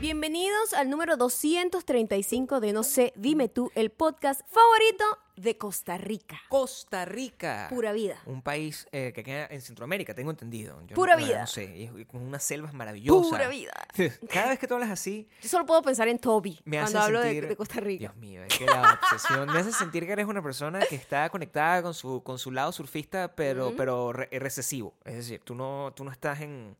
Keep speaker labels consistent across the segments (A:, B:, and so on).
A: Bienvenidos al número 235 de No sé, dime tú, el podcast favorito de Costa Rica.
B: Costa Rica.
A: Pura vida.
B: Un país eh, que queda en Centroamérica, tengo entendido. Yo
A: Pura
B: no,
A: vida.
B: No sé, y- y con unas selvas maravillosas.
A: Pura vida.
B: Cada vez que tú hablas así,
A: Yo solo puedo pensar en Toby
B: me
A: cuando
B: hace
A: hablo de-
B: sentir...
A: de, Costa Rica.
B: Dios mío, es que la obsesión me hace sentir que eres una persona que está conectada con su, con su lado surfista, pero, pero re- recesivo. Es decir, tú no, tú no estás en,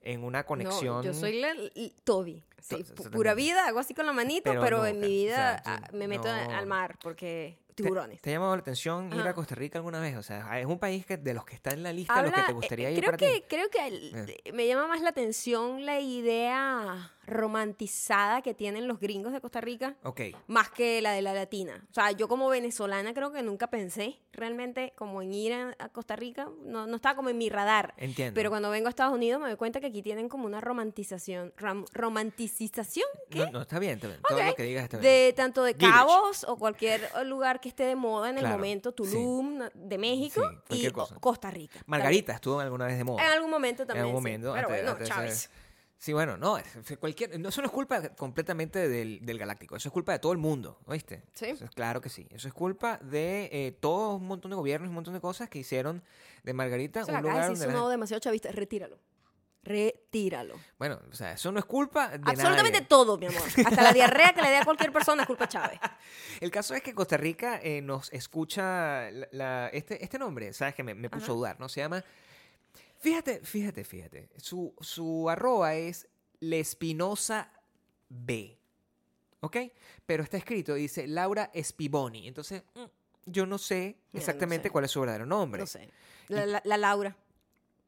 B: en una conexión...
A: No, yo soy la, l- Toby. Sí,
B: To-
A: pu- pura vida, hago así con la manito, pero,
B: Pero no,
A: en mi
B: Karen, o
A: vida
B: sea, tú-
A: ah, me meto
B: no.
A: al mar porque
B: ¿Te-
A: tiburones.
B: ¿Te, ha llamado la atención ir
A: Ajá.
B: a Costa Rica alguna vez? O sea, ah, es un país que, de los que está en la lista, de los
A: Habla-
B: que te
A: eh,
B: gustaría ir
A: creo
B: para
A: que
B: ti. Eh.
A: creo que el- eh, me llama más la atención la idea romantizada que tienen los gringos de Costa Rica
B: Ok.
A: más que la de la latina. O sea, yo como venezolana creo que nunca pensé realmente como en ir a, a Costa Rica, no, no estaba como en mi radar.
B: Entiendo.
A: Pero cuando vengo a Estados Unidos me doy cuenta que aquí tienen como una romantización, ram- romanticización ¿qué?
B: No, no, está bien, está bien. Todo lo
A: Ok.
B: que digas está bien.
A: de tanto de
B: Village.
A: Cabos o cualquier lugar que esté de moda en el
B: Claro,
A: momento,
B: sí.
A: Tulum na- de México
B: Sí,
A: y
B: cualquier
A: o-
B: cosa.
A: Costa Rica.
B: Margarita estuvo alguna vez de
A: También.
B: moda.
A: En algún momento también.
B: en algún
A: sí.
B: momento.
A: Pero
B: antes-
A: bueno,
B: antes de-
A: Chávez.
B: Sí, bueno, no, es- fue cualquier, no, eso no es culpa completamente del, del Galáctico, eso es culpa de todo el mundo, ¿oíste?
A: Sí.
B: Eso es- claro que sí, eso es culpa de eh, todo un montón de gobiernos, un montón de cosas que hicieron de Margarita
A: O sea,
B: un
A: acá
B: lugar
A: sí
B: donde... la
A: sonó
B: gente-
A: demasiado chavista. Retíralo. Retíralo.
B: Bueno, o sea, eso no es culpa de
A: Absolutamente
B: nadie.
A: todo, mi amor. Hasta la diarrea que le dé a cualquier persona es culpa de Chávez.
B: El caso es que Costa Rica eh, nos escucha la- la- este, este nombre, ¿sabes? Que me, me puso
A: Ajá.
B: a dudar, ¿no? Se llama... Fíjate, fíjate, fíjate. Su, su arroba es Lespinosa B. ¿Ok? Pero está escrito, dice Laura Espiboni. Entonces, mm, yo no sé
A: no
B: exactamente
A: sé.
B: cuál es su verdadero nombre.
A: No sé. La, la- la Laura.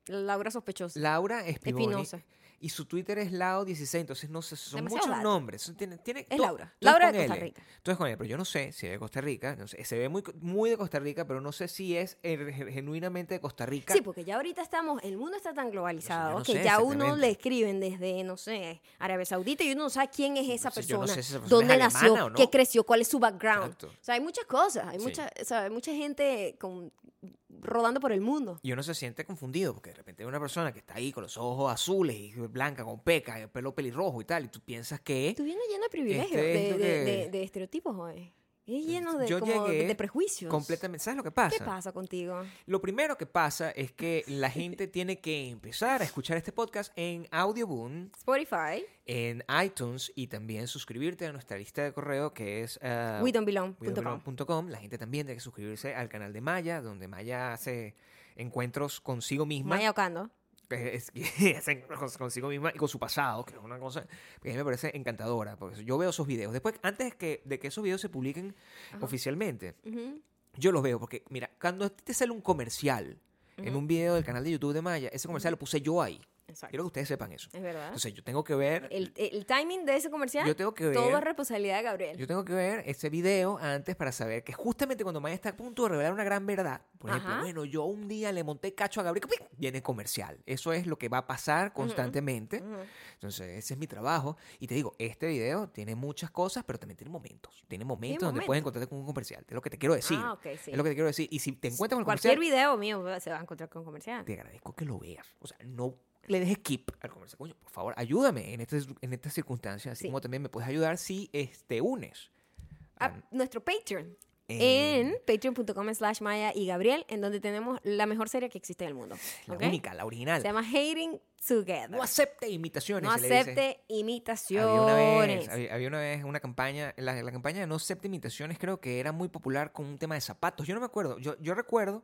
A: La Laura sospechosa.
B: Laura Espiboni.
A: Espinosa.
B: Y su Twitter es Lao16, entonces no sé, son
A: Demasiado
B: muchos
A: largo.
B: nombres. son- Tiene, tiene,
A: Es
B: to-
A: Laura.
B: todo es
A: Laura
B: con
A: de Costa
B: L.
A: Rica.
B: Todo es con L, pero yo no sé si es de Costa Rica. no sé, se ve muy, co- muy de Costa Rica, pero no sé si es eh, ge- genuinamente de Costa Rica.
A: Sí, porque ya ahorita estamos, el mundo está tan globalizado
B: no
A: que
B: sé
A: ya uno
B: exactamente.
A: le escriben desde, no sé, Arabia Saudita y uno no sabe quién es esa
B: Entonces, yo
A: persona,
B: no sé si esa persona
A: dónde
B: es
A: nació,
B: alemana o no.
A: qué creció, cuál es su background.
B: Exacto.
A: O sea, hay muchas cosas, hay,
B: Sí.
A: mucha, o sea, hay mucha gente con- rodando por el mundo.
B: Y uno se siente confundido, porque de repente hay una persona que está ahí con los ojos azules y blanca, con peca, el pelo pelirrojo y tal, y tú piensas que...
A: Tú vienes lleno de privilegios,
B: Este es
A: de,
B: lo
A: de-
B: que-
A: de- de estereotipos, joven. Es lleno de,
B: Yo
A: como de-
B: llegué
A: de prejuicios.
B: Completamente, ¿Sabes lo que
A: ¿Qué pasa contigo?
B: Lo primero que pasa es que la gente tiene que empezar a escuchar este podcast en Audioboom,
A: Spotify,
B: en iTunes y también suscribirte a nuestra lista de correo que es ah,
A: wedon'tbelong.com.
B: www.com. La gente también tiene que suscribirse al canal de Maya, donde Maya hace encuentros consigo misma.
A: Maya Ocando.
B: que es- que hace encuentros consigo misma y con su pasado, que es una cosa que a mí me parece encantadora. Porque yo veo esos videos. Después, antes que, de que esos videos se publiquen oficialmente,
A: Ujú.
B: yo los veo. Porque, mira, cuando a ti te sale un comercial en
A: Ujú.
B: un video del canal de YouTube de Maya, ese comercial lo puse yo ahí.
A: Exacto.
B: Quiero que ustedes sepan eso.
A: Es verdad.
B: Entonces, yo tengo que ver.
A: El, el timing de ese comercial,
B: Yo tengo que ver.
A: todo es responsabilidad de Gabriel.
B: Yo tengo que ver ese video antes para saber que justamente cuando Maya está a punto de revelar una gran verdad, por ejemplo,
A: Ajá.
B: bueno, yo un día le monté cacho a Gabriel, ¡pic! viene comercial. Eso es lo que va a pasar constantemente.
A: Ujú.
B: Entonces, ese es mi trabajo. Y te digo, este video tiene muchas cosas, pero también tiene momentos. Tiene momentos donde
A: momentos.
B: puedes encontrarte con un comercial. Es lo que te quiero decir.
A: Ah, ok, sí.
B: Es lo que te quiero decir. Y si te encuentras con el
A: Cualquier
B: comercial,
A: video mío va- se va a encontrar con comercial.
B: te agradezco que lo veas. O sea, no le dejes skip al comercial. Coño, por favor, ayúdame en, este- en estas circunstancias. Así
A: Sí. Ah,
B: como también me puedes ayudar si eh, te unes.
A: A
B: a-
A: nuestro Patreon.
B: en-
A: En patreon.com slash Maya y Gabriel, en donde tenemos la mejor serie que existe en el mundo.
B: La
A: ¿ok?
B: única, la original.
A: Se llama Hating Together.
B: No acepte imitaciones.
A: No
B: se le dice.
A: acepte imitaciones.
B: Había una, vez, había, había una vez una campaña, la, la campaña de no acepte imitaciones creo que era muy popular con un tema de zapatos. Yo no me acuerdo, yo, yo recuerdo,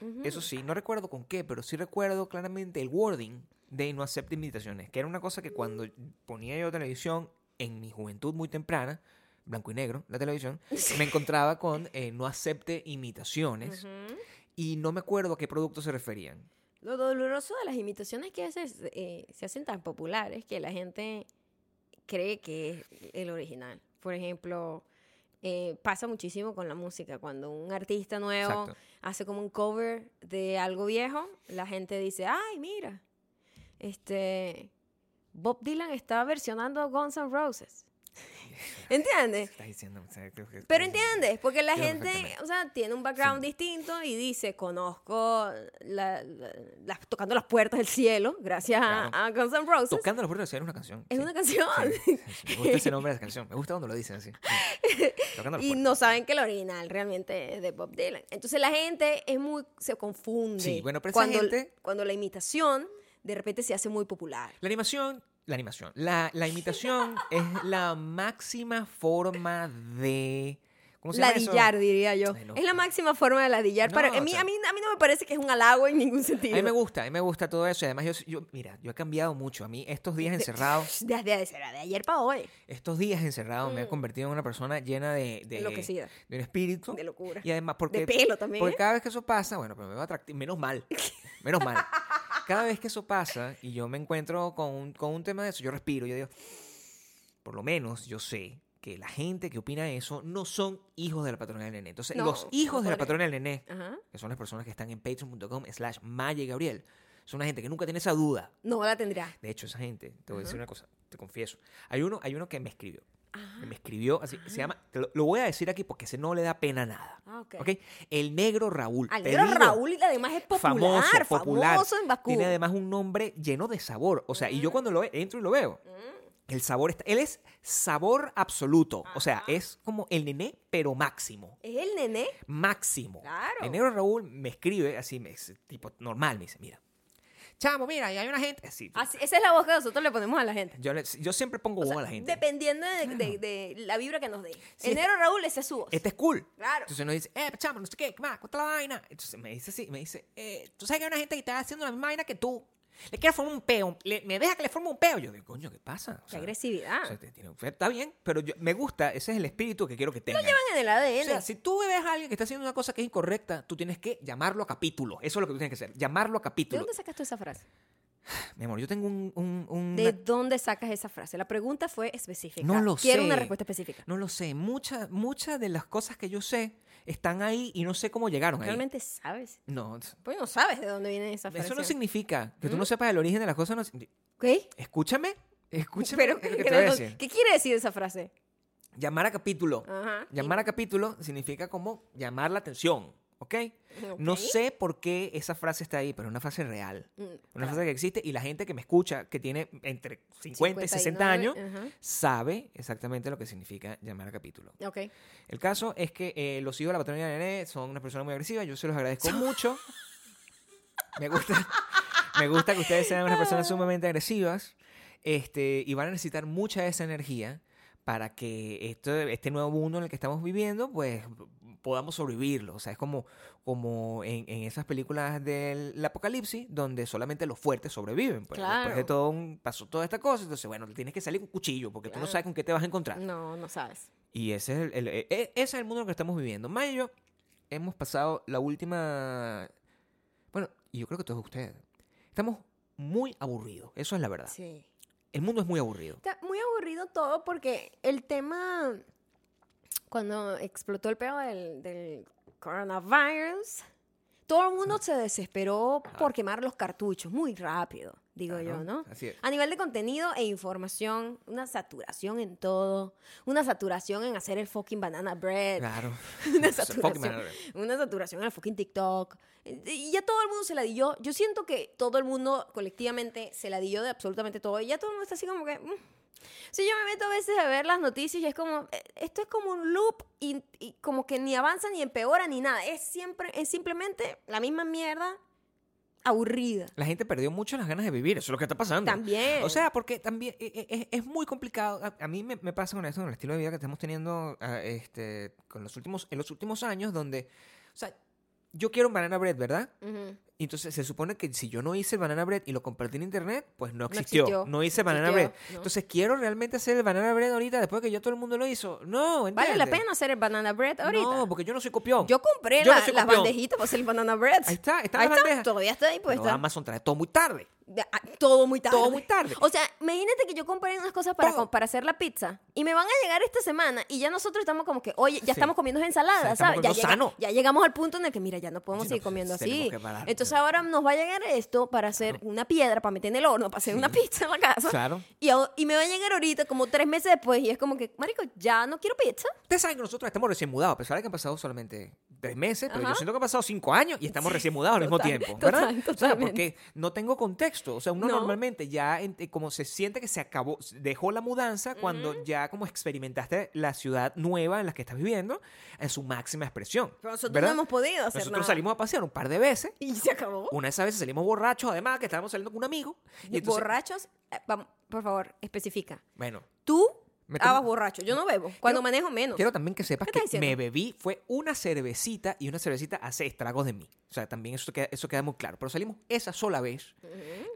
A: Mm.
B: eso sí, no recuerdo con qué, pero sí recuerdo claramente el wording de no acepte imitaciones, que era una
A: Mm.
B: cosa que cuando ponía yo televisión en mi juventud muy temprana, blanco y negro, la televisión, me encontraba con eh, no acepte imitaciones
A: Ujú.
B: y no me acuerdo a qué productos se referían.
A: Lo doloroso de las imitaciones que a veces eh, se hacen tan populares que la gente cree que es el original. Por ejemplo, eh, pasa muchísimo con la música. Cuando un artista nuevo
B: Exacto.
A: hace como un cover de algo viejo, la gente dice, ay, mira, este, Bob Dylan está versionando Guns N' Roses. ¿Entiendes?
B: Estás diciendo. o sea, creo que-
A: Pero entiendes, porque la
B: Entiendo
A: gente,
B: perfectamente.
A: o sea, tiene un background distinto y dice, conozco la- la- las- tocando las puertas del cielo, gracias a- a, Guns N' Roses.
B: Tocando los puertas del cielo es una canción.
A: es
B: sí.
A: una canción.
B: Sí, sí, sí. Me gusta ese nombre de la canción. Me gusta cuando lo dicen así. Sí. Tocando las
A: y
B: puertas.
A: no saben que el original realmente es de Bob Dylan. Entonces la gente es muy se confunde
B: Sí, bueno, pero esa
A: cuando,
B: gente-
A: cuando la imitación de repente se hace muy popular.
B: La animación, la animación, la, la imitación es la máxima forma de... ¿Cómo se llama eso?
A: Ladillar, diría yo.
B: Ay, no.
A: Es la máxima forma de ladillar.
B: No,
A: para, a,
B: o
A: mí,
B: sea-
A: a, mí, a mí no me parece que es un halago en ningún sentido.
B: A mí me gusta, a mí me gusta todo eso. Y además yo, yo- mira, yo he cambiado mucho. A mí estos días encerrados,
A: Desde, desde- desde ayer para hoy.
B: estos días encerrados me he convertido en una persona llena de... de
A: Mm. Enloquecida.
B: De un espíritu.
A: De locura.
B: Y además porque...
A: de pelo también.
B: Porque
A: ¿eh?
B: cada vez que eso pasa, bueno, pero me veo atractivo, menos mal, menos mal. Cada vez que eso pasa y yo me encuentro con un, con un tema de eso, yo respiro, yo digo, por lo menos yo sé que la gente que opina eso no son hijos de la patrona del nené. Entonces,
A: No,
B: los
A: no
B: hijos de
A: podría.
B: la patrona del nené,
A: Ajá.
B: que son las personas que están en patreon.com slash Maya y Gabriel, son una gente que nunca tiene esa duda.
A: No la tendrá.
B: De hecho, esa gente, te voy a decir
A: Ajá.
B: una cosa, te confieso. Hay uno, hay uno que me escribió, que
A: Ajá.
B: me escribió, así, se llama, te lo, lo voy a decir aquí porque ese no le da pena nada.
A: Ah, ok.
B: ¿ok? El negro Raúl.
A: Al
B: te
A: negro
B: digo,
A: Raúl y además es popular,
B: famoso, popular.
A: famoso Mm. en Bakú.
B: Tiene además un nombre lleno de sabor. O sea, y yo cuando lo ve- entro y lo veo,
A: Mm.
B: el sabor está. Él es sabor absoluto. O sea, es como el nené, pero máximo.
A: Es el nené.
B: Máximo.
A: Claro.
B: El negro Raúl me escribe así, me, es tipo normal, me dice, mira. Chamo, mira, y hay una gente. Así.
A: Así- esa es la voz que nosotros le ponemos a la gente.
B: Yo, le- yo siempre pongo voz a la gente.
A: Dependiendo de, de- de la vibra que nos dé.
B: Sí,
A: Enero Raúl, esa es su voz.
B: Este es cool.
A: Pues, Claro.
B: Entonces uno dice, eh, chamo, no sé qué, ¿qué más? ¿Cuánta la vaina? Entonces me dice así, me dice, eh, tú sabes que hay una gente que está haciendo la misma vaina que tú. Le quiero formar un peo. le- me deja que le forme un peo. Yo digo, coño, ¿qué pasa? O
A: Qué
B: sea,
A: agresividad.
B: o sea, te- tiene- está bien, pero yo- me gusta, ese es el espíritu que quiero que tenga.
A: en el ADN.
B: O sea, si tú ves a alguien que está haciendo una cosa que es incorrecta, tú tienes que llamarlo a capítulo. Eso es lo que tú tienes que hacer, llamarlo a
A: ¿De
B: capítulo.
A: dónde sacas tú esa frase?
B: Mi amor, yo tengo un... un- un-
A: ¿De
B: una-
A: dónde sacas esa frase? La pregunta fue específica.
B: No lo
A: Quiero
B: sé.
A: una respuesta específica.
B: No lo sé, muchas muchas de las cosas que yo sé están ahí y no sé cómo llegaron ahí.
A: ¿Realmente sabes?
B: No,
A: Pues no sabes de dónde viene esa frase.
B: Eso no significa que tú
A: ¿Mm?
B: no sepas el origen de las cosas. No, signi-
A: ¿Qué?
B: escúchame, escúchame.
A: Pero,
B: lo que
A: ¿qué,
B: te voy a
A: no-
B: decir.
A: ¿qué Ah, quiere decir esa frase?
B: Llamar a capítulo.
A: Ajá.
B: Llamar a capítulo significa como llamar la atención, ¿ok? No
A: Ok.
B: sé por qué esa frase está ahí, pero es una frase real.
A: Mm,
B: Una frase que existe y la gente que me escucha, que tiene entre 50 y 60 años,
A: 59, ajá.
B: sabe exactamente lo que significa llamar a capítulo.
A: Ok.
B: El caso es que eh, los hijos de la patronía de Nené son unas personas muy agresivas. Yo se los agradezco mucho. Me gusta, me gusta que ustedes sean unas personas sumamente agresivas. Este, y van a necesitar mucha de esa energía para que esto, este nuevo mundo en el que estamos viviendo, pues podamos sobrevivirlo. O sea, es como, como en, en esas películas del apocalipsis, donde solamente los fuertes sobreviven. Pues, Después de
A: Claro.
B: todo un- pasó toda esta cosa, entonces, bueno, tienes que salir con cuchillo, porque tú no
A: Claro.
B: sabes con qué te vas a encontrar.
A: No, no sabes.
B: Y ese es el, el- e- e- ese es el mundo en el que estamos viviendo. Maya y yo hemos pasado la última. Bueno, y yo creo que todos ustedes. Estamos muy aburridos. Eso es la verdad.
A: Sí.
B: El mundo es muy aburrido.
A: Está muy aburrido todo porque el tema, cuando explotó el peo del, del coronavirus, todo el mundo se desesperó por quemar los cartuchos muy rápido, digo yo,
B: Claro,
A: ¿no?
B: Así es.
A: A nivel de contenido e información, una saturación en todo, una saturación en hacer el fucking banana bread,
B: Claro.
A: una
B: Eso, fucking
A: Eh, saturación,
B: maravilla.
A: una saturación en el fucking TikTok. eh, Y ya todo el mundo se la dio. Yo siento que todo el mundo colectivamente se la dio de absolutamente todo. Y ya todo el mundo está así como que... mm. Sí, yo me meto a veces a ver las noticias y es como, eh, esto es como un loop y, y como que ni avanza ni empeora ni nada. Es siempre, es simplemente la misma mierda aburrida.
B: La gente perdió mucho las ganas de vivir. Eso es lo que está pasando.
A: También.
B: O sea, porque también e- e- es, es muy complicado. A, a mí me, me pasa con eso, con el estilo de vida que estamos teniendo ah, este, con los últimos, en los últimos años, donde. O sea, yo quiero un banana bread, ¿verdad?
A: Ujú.
B: Y Entonces se supone que si yo no hice el banana bread y lo compartí en internet, pues no existió.
A: existió,
B: No, hice
A: no
B: banana
A: existió,
B: bread.
A: no.
B: Entonces quiero realmente hacer el banana bread ahorita después que ya todo el mundo lo hizo. No,
A: ¿Vale la
B: ¿entiendes?
A: pena hacer el banana bread ahorita?
B: No, porque yo no soy copión.
A: Yo compré
B: Yo no
A: la-
B: soy
A: las
B: copión.
A: bandejitas para hacer el banana bread.
B: Ahí está, están
A: Ahí
B: las bandejas.
A: Todavía está ahí
B: Pero
A: puesta.
B: Amazon trae todo muy tarde.
A: de- ah, todo muy tarde.
B: Todo muy tarde.
A: O sea, imagínate que yo compré unas cosas para,
B: Todo.
A: co- para hacer la pizza y me van a llegar esta semana y ya nosotros estamos como que, oye, ya
B: Sí.
A: estamos comiendo
B: O sea,
A: ensaladas,
B: estamos
A: ¿sabes? Ya,
B: comiendo
A: llega-
B: sano.
A: ya llegamos al punto en el que, mira, ya no podemos
B: Sí, no,
A: seguir comiendo
B: tenemos
A: así.
B: que parar.
A: Entonces ahora nos va a llegar esto para hacer una piedra, para meter en el horno, para hacer una pizza en la casa.
B: Claro.
A: Y, a- y me va a llegar ahorita, como tres meses después, y es como que, marico, ya no quiero pizza.
B: Ustedes saben que nosotros estamos recién mudados, a pesar de que han pasado solamente tres meses, pero yo
A: Ajá.
B: siento que han pasado cinco años y estamos recién mudados al mismo
A: total,
B: tiempo, ¿verdad?
A: total,
B: o sea, porque
A: totalmente.
B: no tengo contexto. O sea, uno
A: No.
B: normalmente ya, en- eh, como se siente que se acabó, dejó la mudanza cuando ya como experimentaste la ciudad nueva en la que estás viviendo en su máxima expresión.
A: Pero nosotros
B: ¿verdad?
A: no hemos podido hacer
B: Nosotros
A: nada.
B: salimos a pasear un par de veces.
A: Y se acabó.
B: Una de esas veces salimos borrachos, además, que estábamos saliendo con un amigo. Y entonces,
A: Borrachos, eh, vamos, por favor, especifica.
B: bueno,
A: Tú
B: Me tomo-
A: estabas borracho. Yo no bebo. Cuando
B: Quiero-
A: manejo menos.
B: Quiero también que sepas
A: ¿Qué
B: que
A: estás diciendo?
B: me bebí fue una cervecita y una cervecita hace estragos de mí. O sea, también eso queda, eso queda muy claro. Pero salimos esa sola vez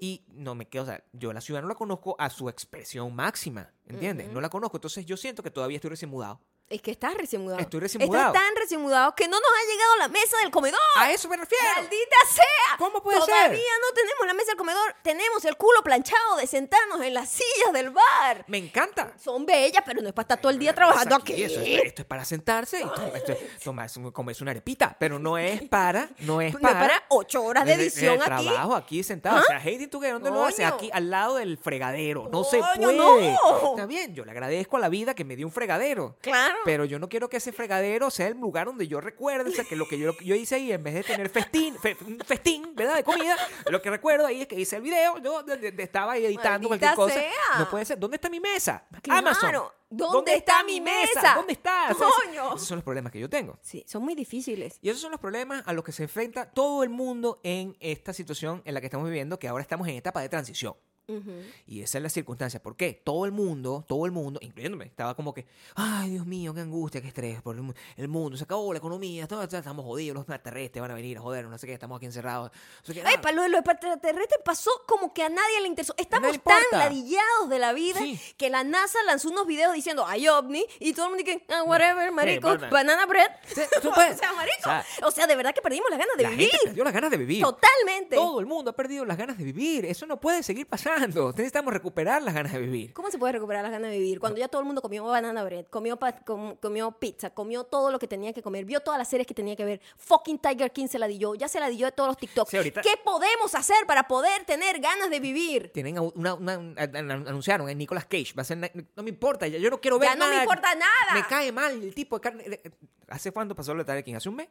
B: y no me quedo, o sea, yo la ciudad no la conozco a su expresión máxima, ¿entiendes? No la conozco, entonces yo siento que todavía estoy recién mudado.
A: Es que estás recién mudado.
B: Estoy recién
A: Estás
B: mudado.
A: tan recién mudado que no nos ha llegado la mesa del comedor.
B: ¡A eso me refiero!
A: Ah, ¡Maldita sea!
B: ¿Cómo puede ser?
A: Todavía no tenemos la mesa del comedor. Tenemos el culo planchado de sentarnos en las sillas del bar.
B: ¡Me encanta!
A: Son bellas, pero no es para estar todo el día
B: Una mesa
A: trabajando aquí.
B: eso es- esto es para sentarse y tom- esto es- tomarse un- comerse una arepita, pero no es para, no es
A: No es
B: para.
A: para ocho horas de
B: Es
A: edición
B: el
A: aquí. ¿Ah?
B: trabajo aquí sentado. O sea, Heidi, ¿tú qué? ¿Dónde lo haces?
A: Coño.
B: Aquí, al lado del fregadero. No se
A: Coño,
B: puede.
A: no.
B: Está bien, yo le agradezco a la vida que me dio un fregadero.
A: Claro.
B: Pero yo no quiero que ese fregadero sea el lugar donde yo recuerde, o sea, que lo que yo, lo que yo hice ahí, en vez de tener festín, fe- un festín, ¿verdad? De comida, lo que recuerdo ahí es que hice el video, yo de- de- de- estaba ahí editando
A: Maldita
B: cualquier cosa.
A: sea.
B: No puede ser. ¿Dónde está mi mesa?
A: Claro.
B: Amazon.
A: ¿Dónde está mi mesa?
B: ¿Dónde está? O sea, esos-
A: Coño.
B: Esos son los problemas que yo tengo.
A: Sí, son muy difíciles.
B: Y esos son los problemas a los que se enfrenta todo el mundo en esta situación en la que estamos viviendo, que ahora estamos en etapa de transición.
A: Ujú.
B: Y esa es la circunstancia. ¿Por qué? Todo el mundo, todo el mundo, incluyéndome, estaba como que, ay, Dios mío, qué angustia, qué estrés por el, mu- el mundo, se acabó la economía, todo- todo- estamos jodidos, los extraterrestres van a venir a jodernos, no sé qué, estamos aquí encerrados. no sé qué,
A: Ay,
B: ah".
A: pa, lo de los extraterrestres pasó como que a nadie le interesó. Estamos
B: nadie
A: tan
B: importa.
A: ladillados de la vida
B: Sí.
A: que la NASA lanzó unos videos diciendo hay ovni y todo el mundo dice, ah, whatever, marico,
B: banana.
A: banana bread.
B: Sí, tú puedes.
A: o sea, marico.
B: O sea,
A: o sea, de verdad que perdimos las ganas de
B: la
A: vivir.
B: gente perdió las ganas de vivir.
A: Totalmente.
B: Todo el mundo ha perdido las ganas de vivir. Eso no puede seguir pasando. Necesitamos recuperar las ganas de vivir.
A: ¿Cómo se puede recuperar las ganas de vivir? Cuando ya todo el mundo comió banana bread, comió, pa- com- comió pizza, comió todo lo que tenía que comer, vio todas las series que tenía que ver. Fucking Tiger King se la dio, ya se la dio de todos los TikToks.
B: Sí, ahorita-
A: ¿Qué podemos hacer para poder tener ganas de vivir?
B: tienen au- una, una- un- an- an- anunciaron en Nicolas Cage va a ser na- no me importa ya yo no quiero ver
A: Ya no me
B: nada.
A: importa nada.
B: me cae mal el tipo de carne eh, eh, hace cuánto pasó lo de Tiger King hace un mes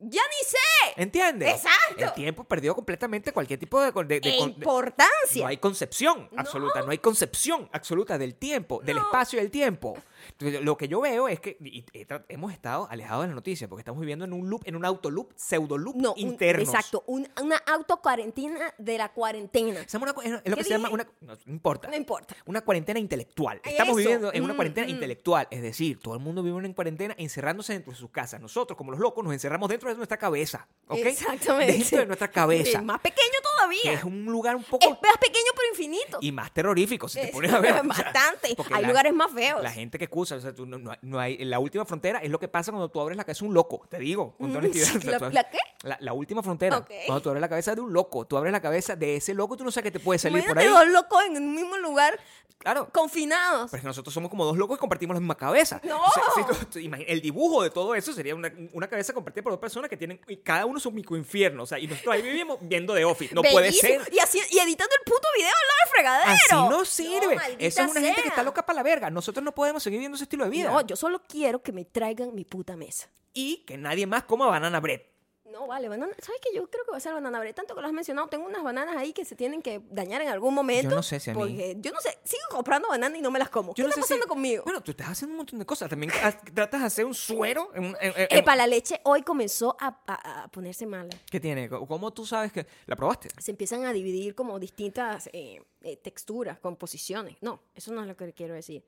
A: ¡Ya ni sé!
B: ¿entiendes?
A: Exacto.
B: el tiempo perdió completamente cualquier tipo de, con- de- de
A: e
B: con- de-
A: importancia.
B: no hay concepción absoluta, no hay concepción absoluta del tiempo, del espacio y del tiempo. Entonces, Lo que yo veo es que y- y tra- hemos estado alejados de las noticias porque estamos viviendo en un loop, en un autoloop, pseudo loop
A: No, un-
B: interno.
A: exacto, un- una autocuarentena de la cuarentena.
B: Estamos en una- en lo que
A: ¿Qué
B: se llama
A: dije?
B: una no, no importa.
A: No importa.
B: Una cuarentena intelectual.
A: Ay,
B: Estamos
A: eso.
B: viviendo en una
A: Mm,
B: cuarentena
A: mm.
B: intelectual. Es decir, todo el mundo vive en cuarentena encerrándose dentro de sus casas. Nosotros, como los locos, nos encerramos dentro de nuestra cabeza. ¿ok?
A: Exactamente.
B: Dentro de nuestra cabeza.
A: Es más pequeño
B: Que
A: todavía.
B: es un lugar un poco.
A: Es más pequeño pero infinito.
B: Y más terrorífico, si te
A: Es-
B: pones a ver. o sea,
A: bastante.
B: porque
A: Hay
B: la-
A: lugares más feos.
B: La gente que excusa, o sea, tú no- no hay- no hay- la última frontera es lo que pasa cuando tú abres la cabeza de un loco, te digo, con toda
A: Mm,
B: honestidad.
A: sí,
B: O sea,
A: ¿la-
B: tú-
A: la qué?
B: La, la última frontera.
A: Ok.
B: Cuando tú abres la cabeza de un loco, tú abres la cabeza de ese loco, tú no sabes que te puede salir por
A: Imagínate
B: ahí.
A: dos locos en un mismo lugar,
B: Claro.
A: confinados.
B: Pero es que Pues nosotros somos como dos locos y compartimos la misma cabeza.
A: ¡No!
B: O sea, si tú- tú imagina- el dibujo de todo eso sería una, una cabeza compartida por dos personas que tienen y cada uno su microinfierno. O sea, y nosotros ahí vivimos viendo de Office. No puede
A: Bellísimo.
B: ser.
A: Y, así- y editando el puto video al lado del fregadero.
B: Así no sirve.
A: maldita
B: eso es una gente que
A: sea.
B: está loca para la verga. Nosotros no podemos seguir viendo ese estilo de vida.
A: No, yo solo quiero que me traigan mi puta mesa.
B: Y que nadie más coma banana bread.
A: No, vale, banana. ¿Sabes qué? Yo creo que va a ser banana bread. Tanto que lo has mencionado, tengo unas bananas ahí que se tienen que dañar en algún momento.
B: Yo no sé si a mí-
A: Porque yo no sé, sigo comprando banana y no me las como. ¿Qué
B: Yo no
A: está
B: sé si-
A: pasando conmigo?
B: Bueno, tú estás haciendo un montón de cosas. También ha- tratas de hacer un suero. en- en- en-
A: Epa, la leche hoy comenzó a, a- a ponerse mala.
B: ¿Qué tiene? ¿Cómo tú sabes que la probaste?
A: Se empiezan a dividir como distintas eh, eh, texturas, composiciones. No, eso no es lo que quiero decir.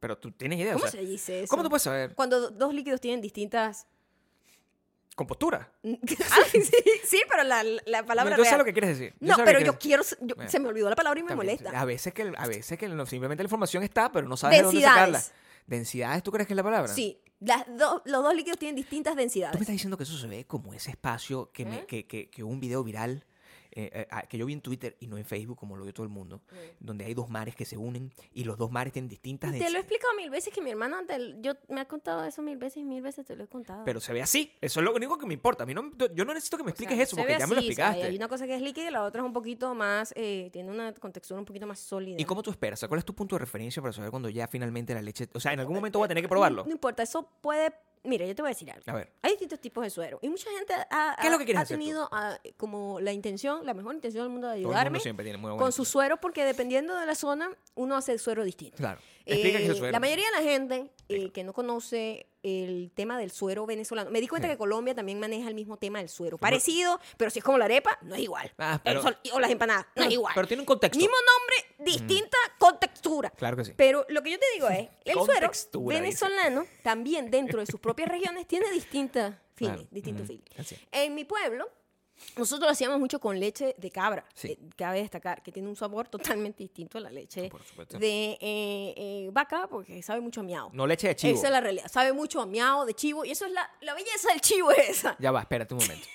B: Pero tú tienes idea. o
A: ¿Cómo
B: sea,
A: se dice eso?
B: ¿Cómo tú puedes saber?
A: Cuando do- dos líquidos tienen distintas...
B: Compostura.
A: Ah, sí, sí, pero la, la palabra
B: yo sé
A: real.
B: lo que quieres decir. Yo
A: No,
B: sé lo que
A: pero
B: quieres
A: yo quiero... yo-
B: Bueno.
A: se me olvidó la palabra y me
B: También,
A: molesta.
B: A veces que, a veces que no- simplemente la información está, pero no sabes de dónde sacarla.
A: Densidades.
B: ¿Densidades tú crees que es la palabra?
A: Sí, las do- los dos líquidos tienen distintas
B: Tú me
A: densidades.
B: estás diciendo que eso se ve como ese espacio que, me-
A: ¿Eh?
B: que, que- que hubo un video viral eh, eh, ah, que yo vi en Twitter y no en Facebook, como lo vio todo el mundo,
A: Mm.
B: donde hay dos mares que se unen y los dos mares tienen
A: Te
B: distintas
A: lo he
B: densidades.
A: explicado mil veces que mi hermana, te- yo me ha contado eso mil veces y mil veces te lo he contado.
B: Pero se ve así. Eso es lo único que me importa. A mí no, yo no necesito que me
A: O sea,
B: expliques eso
A: se
B: porque
A: ve
B: ya me lo
A: así, ¿sabes?
B: explicaste.
A: Hay una cosa que es líquida y la otra es un poquito más, eh, tiene una contextura un poquito más sólida.
B: ¿Y cómo tú esperas? ¿Cuál es tu punto de referencia para saber cuando ya finalmente la leche... O sea, en algún momento voy a tener que probarlo.
A: Eh, No importa, eso puede... Mira, yo te voy a decir algo.
B: A ver.
A: Hay distintos tipos de suero. Y mucha gente ha,
B: ¿Qué es lo
A: ha-
B: que quieres
A: ha
B: hacer tú?
A: tenido ah, como la intención, la mejor intención del mundo de
B: Todo el mundo
A: ayudarme
B: siempre tiene muy buena
A: con su
B: intención.
A: suero, porque dependiendo de la zona, uno hace el suero distinto.
B: Claro. Explica
A: Eh,
B: qué es el suero.
A: La mayoría de la gente eh, que no conoce el tema del suero venezolano, me di cuenta
B: Sí.
A: que Colombia también maneja el mismo tema del suero. Parecido, pero si es como la arepa, no es igual.
B: Ah,
A: El
B: pero-
A: sol- o las empanadas, no es igual.
B: Pero tiene un contexto. Mm.
A: Mismo nombre, distinta contextura.
B: Claro que sí.
A: Pero lo que yo te digo es, el suero
B: Contextura, dice.
A: venezolano también dentro de sus propias regiones tiene distintas fines,
B: Claro.
A: distintos
B: Ujú.
A: fines.
B: Así es.
A: En mi pueblo, nosotros lo hacíamos mucho con leche de cabra.
B: Sí.
A: eh, cabe destacar que tiene un sabor totalmente distinto a la leche
B: Por supuesto.
A: de eh, eh, vaca porque sabe mucho a miau.
B: No leche de chivo.
A: Esa es la realidad. Sabe mucho a miau, de chivo. Y eso es la, la belleza del chivo es esa.
B: Ya va, espérate un momento.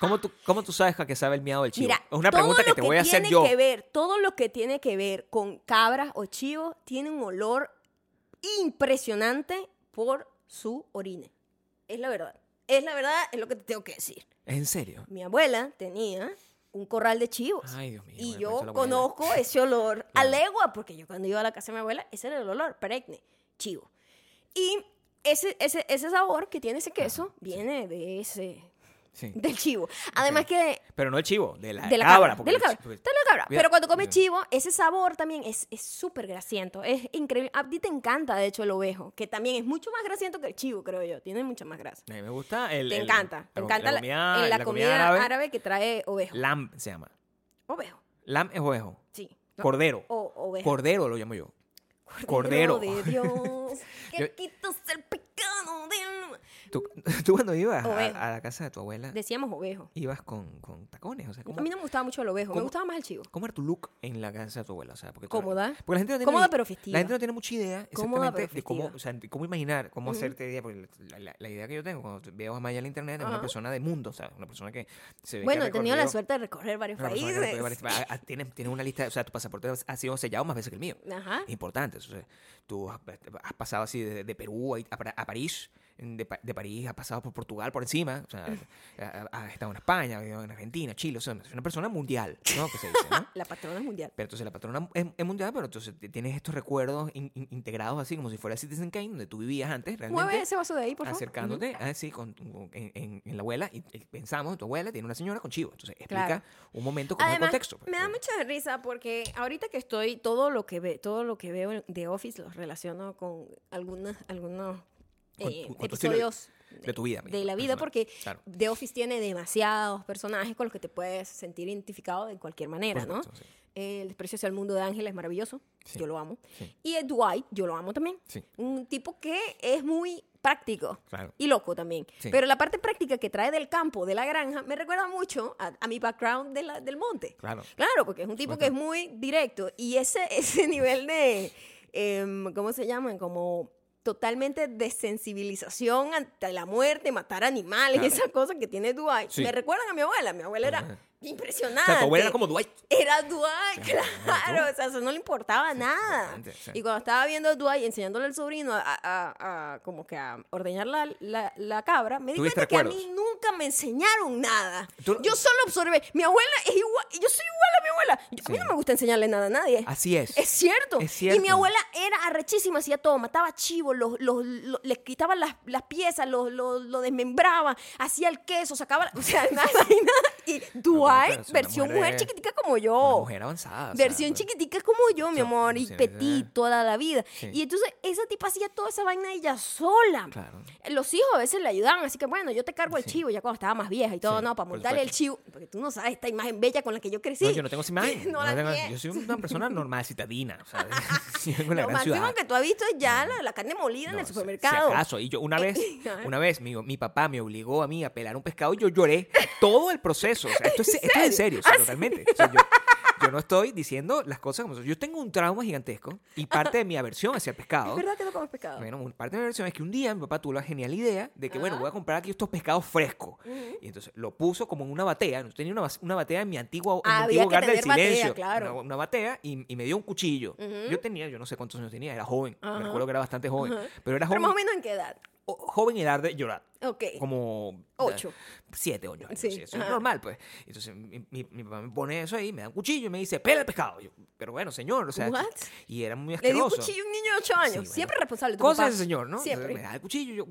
B: ¿Cómo tú, ¿Cómo tú sabes a qué sabe el miado del chivo?
A: Mira,
B: es una
A: todo
B: pregunta que
A: lo
B: te voy a hacer
A: tiene
B: yo.
A: que ver- todo lo que tiene que ver con cabras o chivos tiene un olor impresionante por su orina. Es la verdad. Es la verdad, es lo que te tengo que decir.
B: ¿En serio?
A: Mi abuela tenía un corral de chivos.
B: Ay, Dios mío,
A: Y
B: bueno, eso
A: yo
B: la abuela.
A: conozco ese olor a
B: Claro.
A: legua, porque yo cuando iba a la casa de mi abuela, ese era el olor, perenne, chivo. Y ese, ese, ese sabor que tiene ese queso viene de ese,
B: Sí.
A: del chivo. Además
B: Ok.
A: que
B: Pero no el chivo, de la,
A: de la
B: cabra.
A: cabra.
B: porque
A: de la
B: el
A: cabra.
B: chivo-
A: está la cabra.
B: Mira,
A: Pero cuando comes
B: mira.
A: chivo, ese sabor también es es súper grasiento. Es increíble. A ti te encanta, de hecho, el ovejo, que también es mucho más grasiento que el chivo, creo yo. Tiene mucha más grasa.
B: A mí me gusta el...
A: te
B: el-
A: encanta. Te
B: la,
A: encanta
B: la
A: la,
B: comida,
A: en la comida, árabe, que trae ovejo.
B: Lamb se llama.
A: Ovejo,
B: Lamb es ovejo.
A: sí. ¿no?
B: Cordero.
A: O ovejo.
B: Cordero lo llamo yo. cordero.
A: de Dios. que
B: Yo-
A: quitas el pecado del...
B: Ah, Tú, tú cuando ibas a,
A: Ovejo.
B: a la casa de tu abuela,
A: Decíamos ovejo.
B: ibas con, con tacones. O sea, ¿cómo,
A: A mí no me gustaba mucho el ovejo. Me
B: cómo-
A: gustaba más el chivo.
B: cómo era tu look en la casa de tu abuela? O sea, porque tú-
A: Cómoda.
B: porque la gente no tiene
A: Cómoda
B: ni-
A: pero festiva.
B: La gente no tiene mucha idea
A: Cómoda,
B: exactamente
A: pero
B: de cómo,
A: festiva.
B: o sea, de cómo imaginar, cómo
A: Ujú.
B: hacerte idea. Porque la, la- la idea que yo tengo cuando veo a Maya en la internet es una
A: Ajá.
B: persona de mundo, ¿sabes? Una persona que se ve que
A: Bueno,
B: ha
A: he tenido la
B: recorrido-
A: suerte de recorrer varios
B: una persona que ha
A: países.
B: recorrido varias- a- a- Tienes tienes una lista, o sea, tu pasaporte ha sido sellado más veces que el mío.
A: Ajá.
B: importantes. O sea, tú has, has pasado así de, de Perú a, a Par- a París, de, Pa- de París has pasado por Portugal por encima, o sea,
A: Mm.
B: ha- ha- has estado en España, has estado en Argentina, Chile, o sea, es una persona mundial, ¿no? Que se dice, ¿no?
A: La patrona mundial.
B: Pero entonces la patrona es, es mundial, pero entonces t- tienes estos recuerdos in- in- integrados así como si fuera Citizen Kane, donde tú vivías antes, realmente.
A: Mueve ese vaso de ahí, por favor.
B: acercándote así con, con- en, en- en la abuela y y pensamos tu abuela tiene una señora con chivo entonces explica
A: Claro.
B: un momento con el
A: Además,
B: contexto pues,
A: me da
B: ¿no?
A: mucha risa porque ahorita que estoy todo lo que ve, todo lo que veo en- de Office lo relaciono con algunas algunos
B: Con
A: eh,
B: tu- con tu estilo de-
A: episodios
B: de tu vida
A: de la vida
B: personal.
A: porque
B: Claro.
A: The Office tiene demasiados personajes con los que te puedes sentir identificado de cualquier
B: Por
A: manera, ¿no? Eh,
B: supuesto, sí.
A: El desprecio hacia el mundo de Ángel es maravilloso,
B: Sí.
A: yo lo amo.
B: Sí.
A: Y el Dwight, yo lo amo también.
B: Sí.
A: Un tipo que es muy práctico.
B: Claro.
A: Y loco también.
B: Sí.
A: Pero la parte práctica que trae del campo, de la granja, me recuerda mucho a, a mi background de la- del monte.
B: Claro.
A: Claro, porque es un tipo que es muy directo. Y ese, ese nivel de, em, ¿cómo se llaman? Como totalmente desensibilización ante la muerte, matar animales y
B: Claro.
A: esas cosas que tiene Dwight.
B: Sí.
A: Me recuerdan a mi abuela. Mi abuela
B: Ajá.
A: era impresionante.
B: O sea, tu abuela era como Dwight.
A: Era Dwight,
B: Sí, claro.
A: claro. O sea, eso no le importaba nada.
B: importante, sí.
A: Y cuando estaba viendo a Dwight y enseñándole al sobrino a, a- a- como que a ordeñar la, la- la cabra, me di
B: ¿Tuviste
A: cuenta que a
B: recuerdos?
A: mí nunca me enseñaron nada.
B: Tú-
A: Yo solo observé. Mi abuela es igual. Yo soy igual a mi abuela. Yo- A mí
B: Sí.
A: no me gusta enseñarle nada a nadie.
B: Así es.
A: Es cierto.
B: Es cierto.
A: Y mi abuela era arrechísima, hacía todo, mataba chivos, los, los, los- les quitaba las, las piezas, los, los, lo desmembraba, hacía el queso, sacaba, o sea, nada y nada. Y
B: pero
A: Dwight,
B: es una
A: versión mujer,
B: mujer-
A: chiquitica como
B: Una
A: yo.
B: mujer avanzada. o sea,
A: Versión
B: pues,
A: chiquitica como yo, mi
B: sea,
A: amor, y
B: sí,
A: petit
B: ¿verdad?
A: toda la vida.
B: Sí.
A: Y entonces esa tipa hacía toda esa vaina ella sola.
B: Claro.
A: Los hijos a veces le ayudaban, así que bueno, yo te cargo el
B: Sí.
A: chivo, ya cuando estaba más vieja y todo,
B: Sí,
A: no, para
B: por
A: montarle el
B: supuesto.
A: chivo, porque tú no sabes esta imagen bella con la que yo crecí.
B: No, yo no tengo esa imagen.
A: No
B: no
A: la
B: tengo-
A: tienes.
B: yo soy una persona normal, citadina. O sea, yo vengo de la
A: Lo
B: gran
A: máximo
B: ciudad.
A: que tú has visto es ya la, la carne molida
B: No,
A: en el
B: si-
A: supermercado.
B: Si acaso. Y yo una vez,
A: Ajá.
B: una vez, mi, mi papá me obligó a mí
A: ¿Ah,
B: a pelar un pescado y yo lloré todo el proceso. O sea, esto, es, esto es en serio, o sea, totalmente. O sea, yo, Yo no estoy diciendo las cosas como son. Yo tengo un trauma gigantesco y parte de mi aversión hacia el
A: Es
B: pescado.
A: verdad que no comes pescado.
B: Bueno, un- parte de mi versión es que un día mi papá tuvo la genial idea de que,
A: Ah.
B: bueno, voy a comprar aquí estos pescados frescos. Y entonces lo puso como en una batea. Yo tenía una, bas- una batea en mi antigua en mi
A: Había
B: antiguo
A: que
B: hogar del
A: tener batea,
B: silencio.
A: claro.
B: Una, una batea y, y me dio un cuchillo.
A: Ujú.
B: Yo tenía, yo no sé cuántos años tenía, era joven.
A: Ajá.
B: Me recuerdo que era bastante joven.
A: Ajá.
B: Pero era
A: Pero
B: joven,
A: más o menos en qué edad.
B: o- joven edad de llorar.
A: Ok.
B: Como...
A: Ocho.
B: Siete, ocho años.
A: Sí,
B: sí, eso es
A: ajá.
B: normal, pues. Entonces mi, mi- mi papá me pone eso ahí, me da un cuchillo y me dice, pela el pescado. Yo, pero bueno, señor, o sea...
A: What?
B: Y era muy
A: Le dio
B: asqueroso.
A: un cuchillo a un niño de 8 años.
B: Sí, bueno.
A: Siempre responsable. tu
B: Cosas
A: papá.
B: del señor, ¿no? Entonces,
A: Siempre.
B: Me da el cuchillo, yo.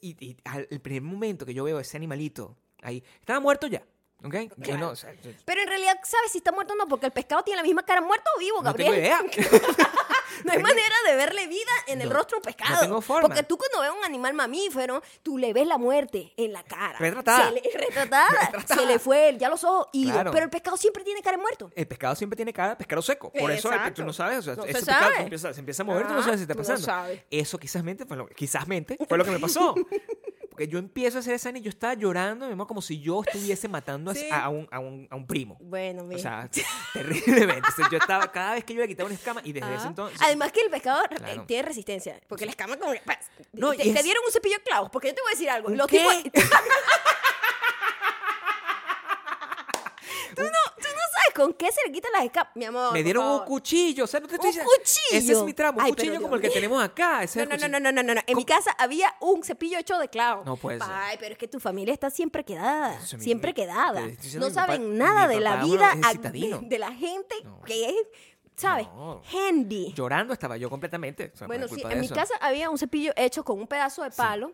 B: Y, y al el primer momento que yo veo ese animalito ahí, estaba muerto ya. ¿Ok? Yo
A: Claro.
B: no, o sea, yo-
A: Pero en realidad, ¿sabes si está muerto o no? Porque el pescado tiene la misma cara muerto o vivo,
B: no tengo
A: Oh, Gabriel.
B: idea.
A: No hay manera de verle vida en el
B: No,
A: rostro a un
B: no
A: pescado.
B: tengo forma.
A: Porque tú cuando ves a un animal mamífero, tú le ves la muerte en la cara.
B: Retratada.
A: Se le, retratada.
B: Retratada.
A: Se le fue el- ya los ojos idos.
B: Claro.
A: Pero el pescado siempre tiene cara de muerto.
B: El pescado siempre tiene cara de pescado seco. Por eso es que
A: Exacto.
B: tú no sabes. O sea,
A: No se
B: ese pescado
A: sabe.
B: empieza- se empieza a mover, tú no
A: Ajá,
B: sabes si está
A: tú no
B: pasando.
A: sabes.
B: Eso quizás mente fue lo, quizás mente fue lo que me pasó. Porque yo empiezo a hacer esa y yo estaba llorando, mi amor, como si yo estuviese matando a-
A: Sí.
B: a, un, a un- a un primo.
A: Bueno,
B: O
A: mira.
B: sea, terriblemente. O sea, yo estaba, cada vez que yo le quitaba una escama, y desde
A: Ah.
B: ese entonces.
A: Además que el pescado eh,
B: Claro.
A: tiene resistencia, porque la escama como que, pa,
B: No,
A: te,
B: y
A: te
B: es-
A: dieron un cepillo de clavos, porque yo te voy a decir algo.
B: ¿Un
A: Los
B: qué?
A: tipos- tú, no, tú no sabes con qué se le quitan las escamas, mi amor.
B: Me
A: por
B: dieron un
A: favor.
B: cuchillo. O sea, no te estoy
A: ¡Un
B: diciendo- Ese es
A: cuchillo!
B: mi tramo. Un
A: Ay, pero
B: cuchillo
A: Dios
B: como el que
A: mío.
B: tenemos acá. Ese
A: No,
B: es el
A: no, no,
B: cuchillo.
A: no, no, no, no. En mi casa había un cepillo hecho de clavo.
B: No puede ser.
A: Ay, pero es que tu familia está siempre quedada.
B: Entonces, mi-
A: siempre
B: mi-
A: quedada.
B: te estoy diciendo
A: No
B: que mi papá-
A: saben nada
B: mi
A: de la
B: papá, bueno,
A: vida
B: es
A: ac-
B: citadino.
A: de la gente
B: No.
A: que es, ¿sabes?
B: No.
A: Handy.
B: Llorando estaba yo completamente. o sea, por
A: Bueno, sí,
B: culpa
A: en
B: de
A: mi
B: eso.
A: casa había un cepillo hecho con un pedazo de palo,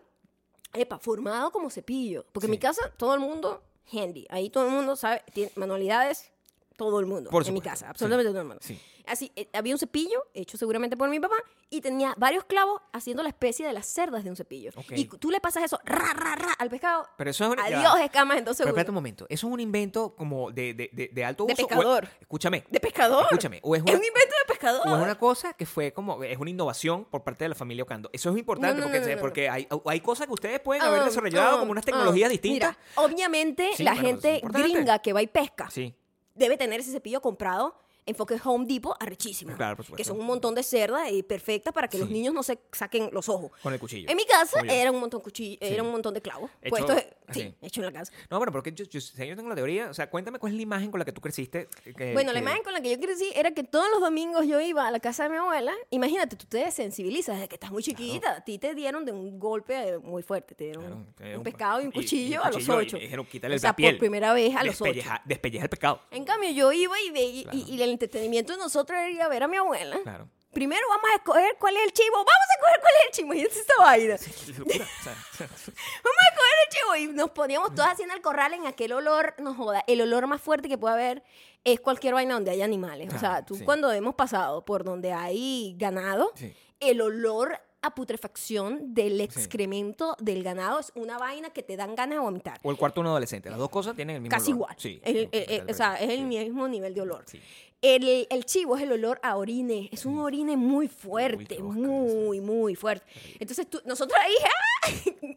A: epa, formado como cepillo. Porque en mi
B: Sí.
A: casa todo el mundo handy. Ahí todo el mundo sabe, tiene manualidades, todo el mundo.
B: Por
A: en mi
B: supuesto,
A: casa,
B: sí.
A: absolutamente todo el mundo.
B: Sí.
A: Así, eh, había un cepillo hecho seguramente por mi papá y tenía varios clavos haciendo la especie de las cerdas de un cepillo.
B: Ok.
A: Y tú le pasas eso ra, ra, ra al pescado.
B: Pero eso es un- ya
A: Adiós,
B: va.
A: escamas en dos
B: Pero espérate
A: segundos.
B: un momento. ¿Eso es un invento como de, de, de, de alto
A: De
B: uso? o-
A: pescador.
B: escúchame.
A: ¿De pescador?
B: Escúchame. O es una,
A: un invento de pescador.
B: o es una cosa que fue como. Es una innovación por parte de la familia Ocando. Eso es importante
A: No, no,
B: porque,
A: no, no, no.
B: porque hay, hay cosas que ustedes pueden
A: Ah,
B: haber desarrollado
A: ah,
B: como unas
A: ah.
B: tecnologías distintas.
A: Mira, obviamente
B: Sí,
A: la
B: bueno, eso es
A: gente
B: importante.
A: gringa que va y pesca
B: Sí.
A: debe tener ese cepillo comprado enfoque Home Depot arrechísimo.
B: Claro, por supuesto.
A: Que son un montón de cerdas y perfectas para que los
B: Sí.
A: niños no se saquen los ojos.
B: Con el cuchillo.
A: En mi casa
B: Obvio.
A: era un montón cuchillo, era un montón de clavos.
B: Hecho
A: puestos,
B: así.
A: sí, hecho en la casa.
B: No, bueno, porque yo, yo, yo tengo la teoría. O sea, cuéntame cuál es la imagen con la que tú creciste. eh, que-
A: Bueno, la
B: que-
A: imagen con la que yo crecí era que todos los domingos yo iba a la casa de mi abuela. Imagínate, tú te desensibilizas desde que estás muy chiquita. A ti te dieron de un golpe eh, muy fuerte. Te dieron
B: Claro,
A: un,
B: eh,
A: pescado y un cuchillo, a los
B: cuchillo y
A: ocho.
B: me dijeron, "Quítale
A: o sea,
B: la piel".
A: por primera vez a los ocho.
B: Despelleja- despelleja el pescado.
A: En cambio, yo iba y, veía,
B: Claro.
A: y, y el entretenimiento de nosotros era ir a ver a mi abuela.
B: Claro.
A: Primero vamos a escoger cuál es el chivo. Vamos a escoger cuál es el chivo. Y esta vaina.
B: Qué locura, o sea,
A: Vamos a escoger el chivo. Y nos poníamos todas haciendo el corral en aquel olor. No joda. El olor más fuerte que puede haber es cualquier vaina donde hay animales. o sea,
B: Claro,
A: tú
B: Ah, sí.
A: cuando hemos pasado por donde hay ganado,
B: Sí.
A: el olor a putrefacción del
B: Sí.
A: excremento del ganado es una vaina que te dan ganas de vomitar.
B: o el cuarto de un adolescente. Las dos cosas tienen el mismo
A: Casi
B: olor.
A: igual.
B: Sí.
A: El- el-
B: Sí,
A: el-
B: tal
A: o sea,
B: vez,
A: es el
B: sí.
A: mismo nivel de olor.
B: Sí.
A: El, el chivo es el olor a orine. Es un orine muy fuerte,
B: qué asco,
A: muy, muy fuerte. Entonces, tú, nosotros ahí, ¡ah!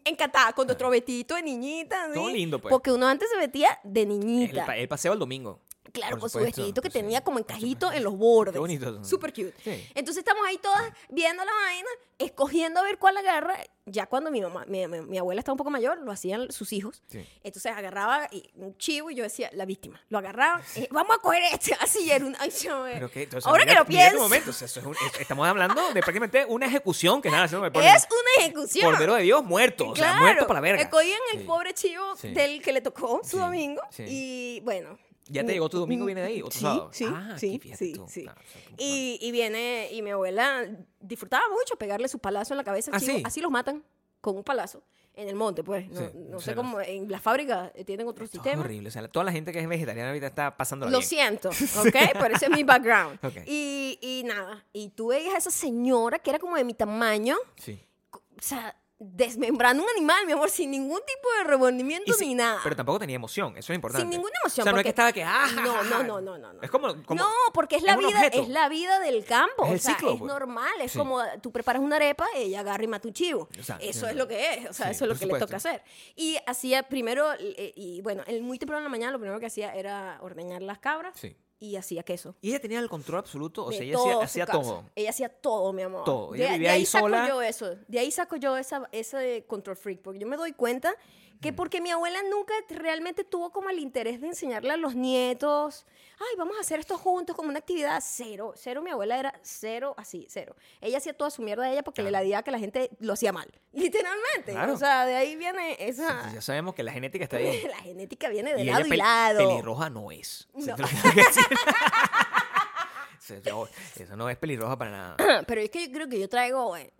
A: encantada, con nuestro vetito de niñita. ¿sí?
B: Todo lindo, pues.
A: Porque uno antes se vestía de
B: Es
A: niñita.
B: El, pa- el paseo el domingo.
A: Claro,
B: Por
A: con su
B: supuesto,
A: vestidito que
B: sí,
A: tenía como
B: por
A: encajito
B: supuesto.
A: en los bordes.
B: Qué bonito.
A: Super cute.
B: Sí.
A: Entonces estamos ahí todas viendo la vaina, escogiendo a ver cuál agarra. Ya cuando mi mamá, mi, mi- mi abuela está un poco mayor, lo hacían sus hijos.
B: Sí.
A: Entonces agarraba y- un chivo y yo decía, la víctima. Lo agarraba, eh, vamos a coger este. Así era un. ay, yo, eh.
B: Pero que, entonces,
A: Ahora
B: mira-
A: que lo
B: mira este
A: pienso,
B: momento, o sea, eso es un- es- estamos hablando de prácticamente una ejecución que nada, haciendo por
A: es una ejecución.
B: Cordero de Dios muerto. O sea,
A: Claro,
B: muerto para la verga.
A: Escogían el
B: Sí.
A: pobre chivo
B: Sí.
A: del que le tocó su
B: Sí,
A: domingo
B: sí.
A: y bueno.
B: ¿Ya te
A: mm,
B: llegó tu domingo?
A: mm,
B: ¿Viene de ahí? ¿O tu
A: sí,
B: sábado?
A: Sí,
B: Ah,
A: sí,
B: aquí, fíjate
A: sí,
B: tú.
A: sí.
B: Ah, o sea, como-
A: Y, y viene, y mi abuela disfrutaba mucho pegarle su palazo en la cabeza al
B: ¿Ah,
A: chivo.
B: sí?
A: Así los matan con un palazo en el monte, pues. No,
B: Sí,
A: no
B: o
A: sé
B: sea,
A: cómo, en las fábricas eh, tienen otro
B: Esto es
A: sistema.
B: horrible. O sea, toda la gente que es vegetariana ahorita está pasando
A: Lo siento, ¿ok? Pero ese es mi background.
B: Ok.
A: Y, y nada, y tú veías a esa señora que era como de mi tamaño,
B: Sí.
A: co- o sea, desmembrando un animal, mi amor, sin ningún tipo de
B: Y
A: rebondimiento
B: sí,
A: ni nada.
B: Pero tampoco tenía emoción, eso es importante.
A: Sin ninguna emoción,
B: O sea, no es
A: porque-
B: que estaba que. "Ah, ja,
A: No,
B: ja,
A: no, no,
B: ja".
A: no, no, no.
B: Es como. como-
A: no, porque es la
B: un
A: vida,
B: objeto.
A: es la vida del campo.
B: Es el
A: o sea,
B: ciclo,
A: es
B: pues.
A: normal. Es
B: Sí.
A: como tú preparas una arepa, ella agarra y mata un chivo.
B: O sea,
A: eso
B: sí.
A: es lo que es. O sea,
B: Sí,
A: eso es lo
B: por
A: que
B: supuesto.
A: le toca hacer. Y hacía primero, eh, y bueno, el- muy temprano en la mañana lo primero que hacía era ordeñar las cabras
B: Sí.
A: y hacía queso.
B: Y ella tenía el control absoluto, o
A: de
B: sea, ella
A: todo
B: hacía,
A: su
B: hacía
A: casa.
B: todo.
A: Ella hacía todo, mi amor.
B: Todo.
A: De,
B: Ella vivía
A: de
B: ahí
A: ahí saco
B: sola.
A: yo eso. De ahí saco yo esa, ese control freak. Porque yo me doy cuenta
B: Mm.
A: que porque mi abuela nunca realmente tuvo como el interés de enseñarle a los nietos, ay, vamos a hacer esto juntos como una actividad. Cero. Cero, mi abuela era cero, así, cero. Ella hacía toda su mierda de ella porque
B: Claro.
A: le la día que la gente lo hacía mal. Literalmente.
B: Claro.
A: O sea, de ahí viene esa...
B: Ya sabemos que la genética está ahí.
A: la genética viene de
B: y
A: lado
B: ella
A: y
B: pel-
A: lado.
B: pelirroja no es. O sea,
A: No.
B: te lo tengo que decir. O sea, no, eso no es pelirroja para nada.
A: Pero es que yo creo que yo traigo eh,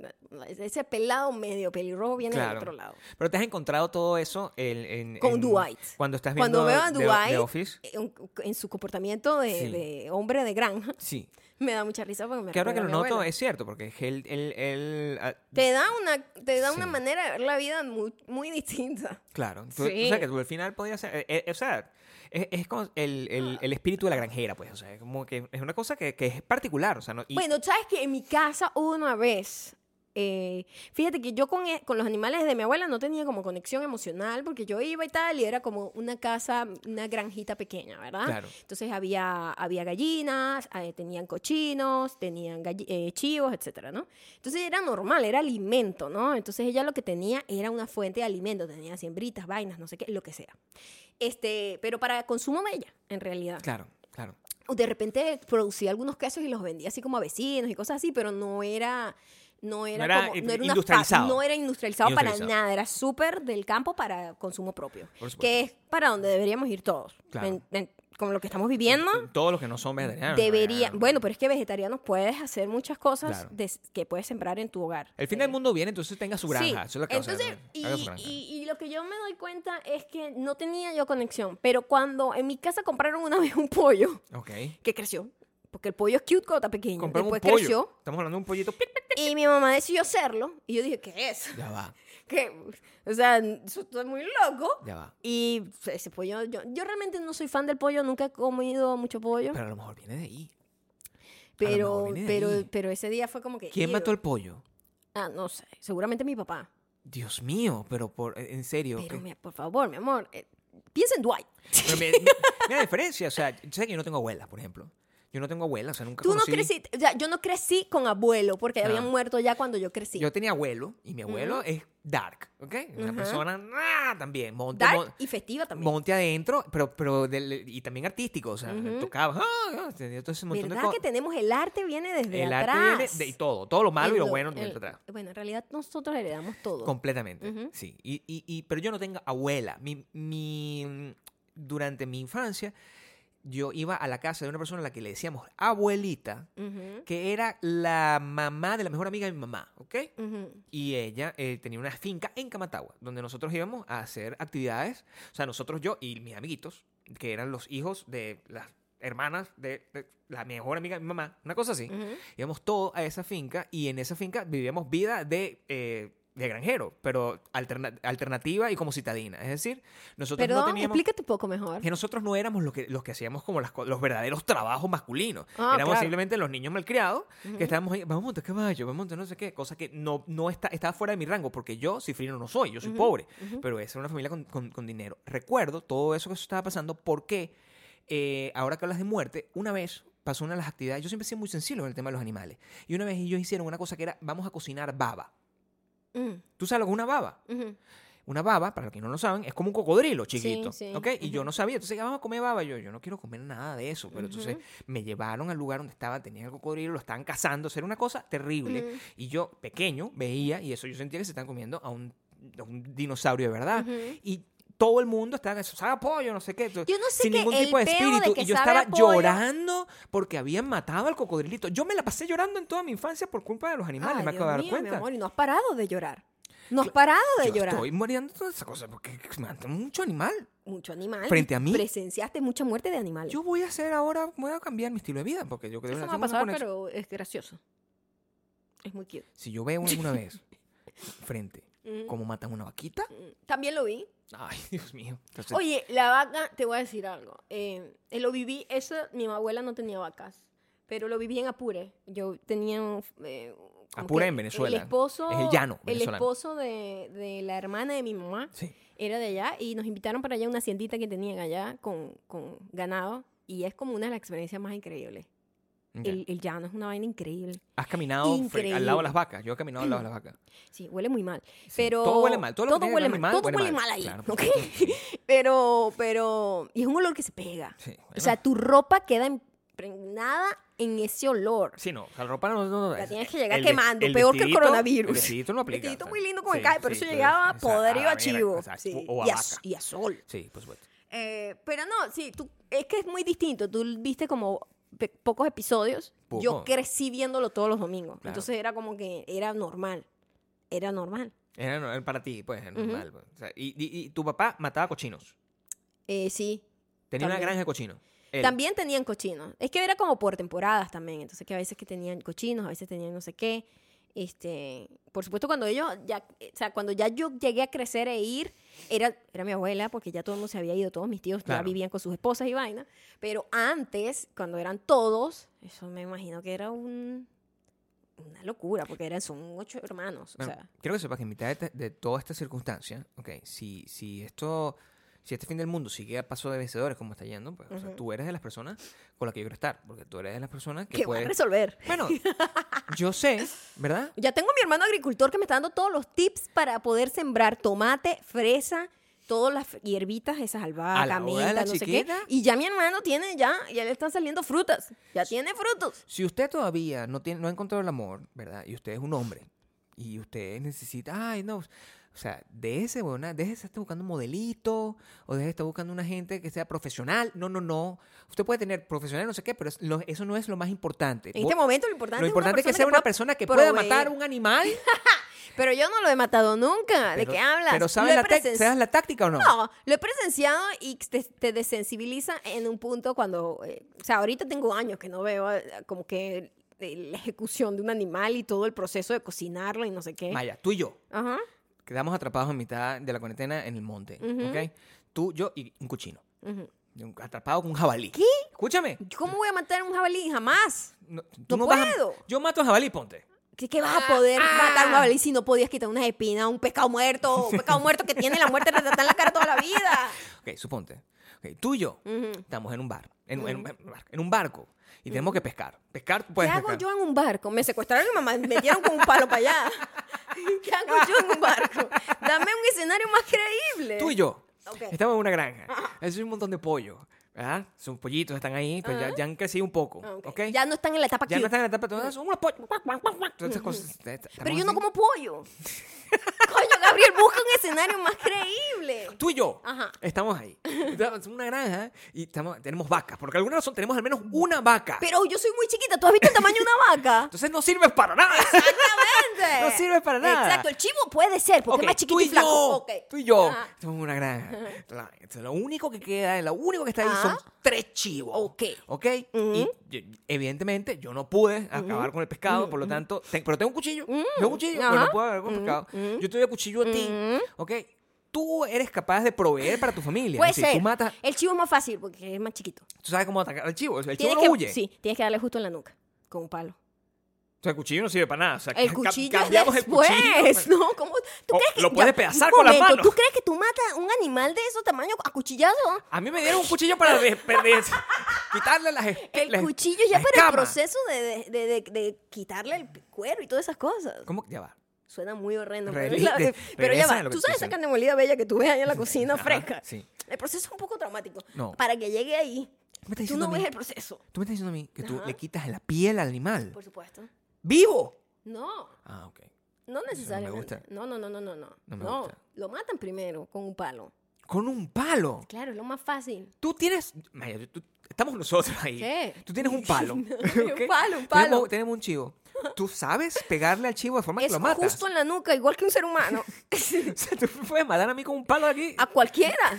A: ese pelado medio pelirrojo viene del
B: Claro.
A: otro lado.
B: Pero te has encontrado todo eso en, en-
A: Con
B: en-
A: Dwight.
B: Cuando estás viendo
A: Cuando veo a
B: The-
A: Dwight
B: The Office.
A: en, Eh, en su comportamiento de,
B: Sí.
A: de hombre de granja,
B: Sí.
A: me da mucha risa porque me
B: Que ahora que
A: recuerda
B: lo
A: a mi
B: noto
A: abuelo.
B: es cierto, porque es que él, él- él, ah,
A: te da una te da una
B: Sí.
A: manera de ver la vida muy, muy distinta.
B: Claro, tú- o
A: Sí.
B: sea, que tú al final podía ser, eh, eh, o sea, es, es como el, el- el espíritu de la granjera, pues, o sea, es como que es una cosa que, que es particular, o sea, no, y-
A: Bueno, sabes que en mi casa hubo una vez eh, fíjate que yo con, e- con los animales de mi abuela no tenía como conexión emocional porque yo iba y tal y era como una casa, una granjita pequeña, ¿verdad?
B: Claro.
A: Entonces había, había gallinas, eh, tenían cochinos, tenían galli- eh, chivos, etcétera, ¿no? Entonces era normal, era alimento, ¿no? Entonces ella lo que tenía era una fuente de alimento, tenía siembritas, vainas, no sé qué, lo que sea. Este, pero para consumo de ella, en realidad.
B: claro, claro,
A: O de repente producía algunos quesos y los vendía así como a vecinos y cosas así, pero no era no era,
B: era
A: como-
B: in-
A: no era una fa-
B: industrializado.
A: no era industrializado, para
B: Industrializado.
A: nada, era súper del campo para consumo propio,
B: Por supuesto.
A: que es para donde deberíamos ir todos.
B: Claro.
A: En- en- con lo que estamos viviendo,
B: Eh, todos los que no son vegetarianos.
A: debería,
B: ¿no?
A: bueno, pero es que vegetarianos puedes hacer muchas cosas
B: Claro.
A: des- que puedes sembrar en tu hogar.
B: el fin
A: Eh,
B: del mundo viene, entonces tenga su granja,
A: Sí.
B: eso es lo que o sea,
A: Entonces,
B: haga su
A: y,
B: granja.
A: y- y lo que yo me doy cuenta es que no tenía yo conexión, pero cuando en mi casa compraron una vez un pollo
B: Ok.
A: que creció, porque el pollo es cute cuando está pequeño,
B: Comprar un
A: después
B: pollo.
A: creció
B: Estamos hablando de un pollito. pic, pic,
A: y mi mamá decidió hacerlo y yo dije, ¿qué es?
B: Ya va,
A: ¿Qué? O sea, eso es muy loco.
B: ya va.
A: Y ese pollo, yo, yo realmente no soy fan del pollo, nunca he comido mucho pollo,
B: Pero a lo mejor viene de ahí. a lo mejor
A: pero
B: viene de
A: pero
B: ahí.
A: pero ese día fue como que
B: ¿Quién
A: "Ew".
B: mató el pollo?
A: Ah, no sé, seguramente mi papá.
B: Dios mío, pero por, eh, en serio.
A: Pero
B: ¿qué?
A: mi- por favor, mi amor, eh, piensa en Dwight.
B: Pero me- me- mira la diferencia, o sea, yo sé que yo no tengo abuelas, por ejemplo. Yo no tengo abuelas, o sea, nunca
A: Tú no
B: conocí-
A: creciste, o sea, yo no crecí con abuelo porque
B: Claro.
A: habían muerto ya cuando yo crecí.
B: Yo tenía abuelo y mi abuelo es dark, ¿ok? Una
A: Ajá.
B: persona ah, también, monte,
A: Dark
B: mon-
A: y festiva también.
B: monte adentro, pero, pero del- y también artístico, o sea, tocaba, ah, ah, tenía todo ese montón de
A: ¿Verdad
B: co-
A: que tenemos el arte viene desde
B: El
A: atrás?
B: arte viene de y todo, todo lo malo y
A: El
B: lo
A: do-
B: bueno viene
A: el-
B: de atrás.
A: Bueno, en realidad nosotros heredamos todo.
B: Completamente,
A: Ujú.
B: sí. Y, y- y- pero yo no tengo abuela. Mi, mi- durante mi infancia, yo iba a la casa de una persona a la que le decíamos abuelita,
A: Ujú,
B: que era la mamá de la mejor amiga de mi mamá, ¿ok?
A: ujú.
B: Y ella eh, tenía una finca en Camatagua, donde nosotros íbamos a hacer actividades. O sea, nosotros, yo y mis amiguitos, que eran los hijos de las hermanas de, de la mejor amiga de mi mamá, una cosa así.
A: Ujú.
B: Íbamos todos a esa finca y en esa finca vivíamos vida de, eh, de granjero, pero alterna- alternativa y como citadina. Es decir, nosotros
A: Perdón,
B: no teníamos...
A: explícate un poco mejor.
B: Que nosotros no éramos los que, los que hacíamos como las co- los verdaderos trabajos masculinos.
A: Ah,
B: éramos
A: claro.
B: simplemente los niños malcriados que estábamos ahí, vamos a montar caballo, vamos a montar no sé qué, cosa que no, no está, estaba fuera de mi rango, porque yo cifrino no soy, yo soy pobre, pero esa era una familia con, con- con dinero. Recuerdo todo eso que estaba pasando porque eh, ahora que hablas de muerte, una vez pasó una de las actividades, yo siempre he sido muy sensible con el tema de los animales, y una vez ellos hicieron una cosa que era, vamos a cocinar baba.
A: Mm,
B: ¿Tú sabes lo que es una baba?
A: ujú.
B: Una baba, para los que no lo saben, es como un cocodrilo chiquito.
A: sí,
B: ¿ok? Y yo no sabía. Entonces, ya vamos a comer baba. Yo, yo no quiero comer nada de eso. Pero entonces me llevaron al lugar donde estaba, tenía el cocodrilo, lo estaban cazando. O sea, era una cosa terrible. Y yo, pequeño, veía y eso yo sentía que se están comiendo a un, a un dinosaurio de verdad. Y todo el mundo estaba, sabe a pollo, no sé qué.
A: Yo no sé
B: sin
A: qué-
B: ningún
A: el
B: tipo de
A: peo de
B: espíritu.
A: que
B: y yo
A: sabe a
B: estaba
A: pollo.
B: llorando porque habían matado al cocodrilito. Yo me la pasé llorando en toda mi infancia por culpa de los animales.
A: Ay,
B: me
A: Dios
B: acabo de dar
A: mío, mi
B: cuenta.
A: amor, y no has parado de llorar. No has parado de
B: Yo
A: llorar.
B: Estoy muriendo todas esas cosas porque matan mucho animal.
A: Mucho animal.
B: Frente
A: y
B: a mí.
A: Presenciaste mucha muerte de animales.
B: Yo voy a hacer ahora, voy a cambiar mi estilo de vida porque yo creo
A: Eso
B: que
A: me va a
B: tengo una
A: pasar, pero
B: conexión.
A: es gracioso. Es muy cute.
B: si yo veo alguna vez frente
A: Ujú.
B: ¿Cómo matan una vaquita?
A: Mm, También lo vi.
B: Ay, Dios mío. Entonces,
A: Oye, la vaca, te voy a decir algo. Eh, eh, lo viví, eso, mi abuela no tenía vacas, pero lo viví en Apure. Yo tenía un... eh, como
B: Apure
A: que
B: en Venezuela.
A: El esposo...
B: Es el llano
A: El
B: venezolano.
A: esposo de, de la hermana de mi mamá
B: sí.
A: era de allá y nos invitaron para allá a una haciendita que tenían allá con, con ganado y es como una de las experiencias más increíbles.
B: Ok.
A: El, el llano es una vaina increíble.
B: Has caminado fre- al lado
A: Increíble.
B: de las vacas. Yo he caminado al lado de las vacas.
A: Sí, huele muy mal.
B: Sí,
A: Pero
B: todo huele mal. Todo lo que tiene que
A: huele
B: ver
A: mal.
B: animal
A: todo
B: huele
A: huele
B: mal.
A: mal ahí.
B: Claro, por
A: ¿ok?
B: supuesto.
A: pero, pero. Y es un olor que se pega.
B: Sí, bueno.
A: O sea, tu ropa queda impregnada en ese olor.
B: Sí, no. o sea, la ropa no. no- no,
A: La
B: es-
A: tienes que llegar
B: el
A: quemando,
B: vestidito-
A: peor que el coronavirus.
B: El vestidito no aplica.
A: Vestidito
B: o sea,
A: muy lindo como
B: sí,
A: el cae, pero
B: sí,
A: eso llegaba
B: o sea,
A: podrido
B: a
A: a chivo.
B: verga,
A: sí,
B: exacto, O a
A: y, a,
B: vaca.
A: s- y a sol.
B: Sí, pues, por supuesto.
A: Eh, pero no, sí, tú, es que es muy distinto. Tú viste como pe- pocos episodios. Yo
B: Poco.
A: crecí viéndolo todos los domingos.
B: Claro.
A: Entonces era como que era normal. Era normal.
B: Era no- era para ti, pues, es normal. pues. O sea, y, y- y tu papá mataba cochinos.
A: Eh, sí,
B: Tenía una
A: También.
B: granja de cochinos. Él.
A: También tenían cochinos. Es que era como por temporadas también. Entonces, que a veces que tenían cochinos, a veces tenían no sé qué. Este, por supuesto, cuando ellos ya, eh, o sea, cuando ya yo llegué a crecer e ir, era, era mi abuela, porque ya todo el mundo se había ido, todos mis tíos ya
B: Claro.
A: vivían con sus esposas y vaina. Pero antes, cuando eran todos, eso me imagino que era un, una locura, porque eran, son ocho hermanos.
B: Bueno,
A: o sea,
B: quiero que sepas que en mitad de, te- de toda esta circunstancia, ok, si, si esto, si este fin del mundo sigue a paso de vencedores como está yendo, pues, o sea,
A: Ujú.
B: tú eres de las personas con las que yo quiero estar, porque tú eres de las personas
A: que
B: que
A: va a
B: puedes...
A: resolver.
B: Bueno, yo sé, ¿verdad?
A: Ya tengo a mi hermano agricultor que me está dando todos los tips para poder sembrar tomate, fresa, todas las hierbitas, esas
B: A
A: albahaca,
B: la hora de la
A: menta, no sé qué.
B: chiquita.
A: Y ya mi hermano tiene ya, ya le están saliendo frutas. Ya tiene frutos.
B: Si usted todavía no, tiene, no ha encontrado el amor, ¿verdad? Y usted es un hombre, y usted necesita, ay, no, o sea, déjese, buena, déjese estar buscando un modelito, o déjese estar buscando una gente que sea profesional, no, no, no. Usted puede tener profesional, no sé qué, pero es- lo- eso no es lo más importante.
A: En
B: Bo-
A: este momento lo importante,
B: lo importante es que sea una persona que pueda
A: proveer.
B: matar un animal.
A: Pero yo no lo he matado nunca. ¿De
B: Pero-
A: qué hablas?
B: Pero
A: Lo
B: ¿sabes
A: he
B: la, tec-
A: presen-
B: sabes la táctica o no?
A: No, lo he presenciado y te, te desensibiliza en un punto cuando, eh, o sea, ahorita tengo años que no veo eh, como que eh, la ejecución de un animal y todo el proceso de cocinarlo y no sé qué.
B: Maya, tú y yo
A: Ajá.
B: quedamos atrapados en mitad de la cuarentena en el monte,
A: Ujú.
B: ¿ok? Tú, yo y un cochino.
A: ujú.
B: un- Atrapado con un jabalí.
A: ¿Qué?
B: Escúchame.
A: ¿Cómo voy a matar a un jabalí? Jamás.
B: No, tú
A: No
B: vas a-
A: puedo.
B: yo mato a jabalí, ponte.
A: ¿Qué, qué vas a poder matar a un jabalí si no podías quitar unas espinas, un pescado muerto, un pescado muerto que tiene la muerte retratada en la cara toda la vida?
B: Ok, suponte. Ok, tú y yo
A: Ujú.
B: estamos en un bar, en, en- en un bar- en un barco, y tenemos que pescar. Pescar, tú
A: ¿Qué
B: puedes
A: hago
B: pescar.
A: yo en un barco? Me secuestraron y me metieron con un palo para allá. ¿Qué hago yo en un barco? Dame un escenario más creíble.
B: Tú y yo.
A: Eh, Ok. Ah,
B: Estamos en una granja. Hay un montón de pollo, ¿verdad? Son pollitos, están ahí, pero ya, ya han crecido un poco,
A: Ah, ok.
B: ¿ok?
A: Ya no están en la etapa
B: Ya no
A: cute.
B: están en la etapa, todas son unos pollos. Cuac, cuac, cuac, cuac. Todas esas cosas. eh,
A: Pero
B: Estamos
A: yo no
B: así.
A: como pollo. Coño, Gabriel, busca un escenario más creíble.
B: Tú y yo
A: Ajá.
B: estamos ahí. Estamos en una granja y estamos, tenemos vacas. Porque alguna razón tenemos al menos una vaca.
A: Pero yo soy muy chiquita. ¿Tú has visto el tamaño de una vaca?
B: Entonces no sirves para nada.
A: Exactamente.
B: No sirve para nada.
A: Exacto, el chivo puede ser, porque
B: Ok,
A: es más chiquito
B: tú
A: y,
B: y,
A: flaco.
B: yo,
A: Ok. Ah.
B: tú y yo
A: Ajá.
B: somos una granja. La- entonces, lo único que queda, lo único que está ahí son
A: Ah.
B: tres chivos.
A: Ok. Mm.
B: ¿Ok? Y yo- evidentemente yo no pude acabar con el pescado, por lo tanto, te- pero tengo un cuchillo. Tengo un cuchillo, pero
A: Mm. Ajá. Mm.
B: no puedo acabar con el pescado. Yo te doy el cuchillo a ti. ¿Ok? Tú eres capaz de proveer para tu familia.
A: Puede
B: es decir,
A: ser.
B: tú matas,
A: El chivo es más fácil porque es más chiquito.
B: tú sabes cómo atacar al chivo. El chivo
A: Tienes
B: no
A: que,
B: huye.
A: Sí, tienes que darle justo en la nuca, con un palo.
B: O sea, el cuchillo no sirve para nada. O sea,
A: El
B: ca-
A: cuchillo es
B: cambiamos
A: después,
B: el cuchillo. pues.
A: ¿no? ¿Cómo? ¿Tú
B: O
A: crees que
B: lo puedes
A: ya,
B: pedazar
A: un
B: con las
A: momento,
B: manos.
A: ¿Tú crees que tú matas un animal de ese tamaño a cuchillazo?
B: A mí me dieron un cuchillo para de- perder- quitarle las esque-
A: El
B: las-
A: cuchillo ya
B: las
A: para el
B: escamas.
A: proceso de, de- de- de- de quitarle el cuero y todas esas cosas.
B: ¿Cómo? Ya va.
A: Suena muy horrendo. pero
B: Reli-
A: es la-
B: de-
A: pero ya
B: regresa
A: va,
B: a lo que
A: tú
B: te
A: sabes
B: estoy
A: esa carne molida bella que tú ves ahí en la cocina
B: Ajá,
A: fresca.
B: sí.
A: El proceso es un poco traumático.
B: No.
A: Para que llegue ahí,
B: me estás
A: tú
B: diciendo
A: no
B: a mí?
A: ves el proceso.
B: Tú me estás diciendo a mí que tú
A: Ajá.
B: le quitas la piel al animal.
A: Por supuesto.
B: ¡Vivo!
A: No,
B: Ah, ok.
A: no necesariamente.
B: gusta.
A: No, no, no, no, no, no.
B: No me gusta.
A: lo matan primero con un palo.
B: Con un palo.
A: Claro, es lo más fácil.
B: Tú tienes. Maya, tú- estamos nosotros ahí.
A: ¿Qué?
B: Tú tienes un palo. ¿ok?
A: Un palo, un palo.
B: Tenemos, tenemos un chivo. Tú sabes pegarle al chivo de forma
A: Es
B: que lo matas.
A: justo en la nuca, igual que un ser humano.
B: O sea, tú me puedes matar a mí con un palo aquí.
A: A cualquiera.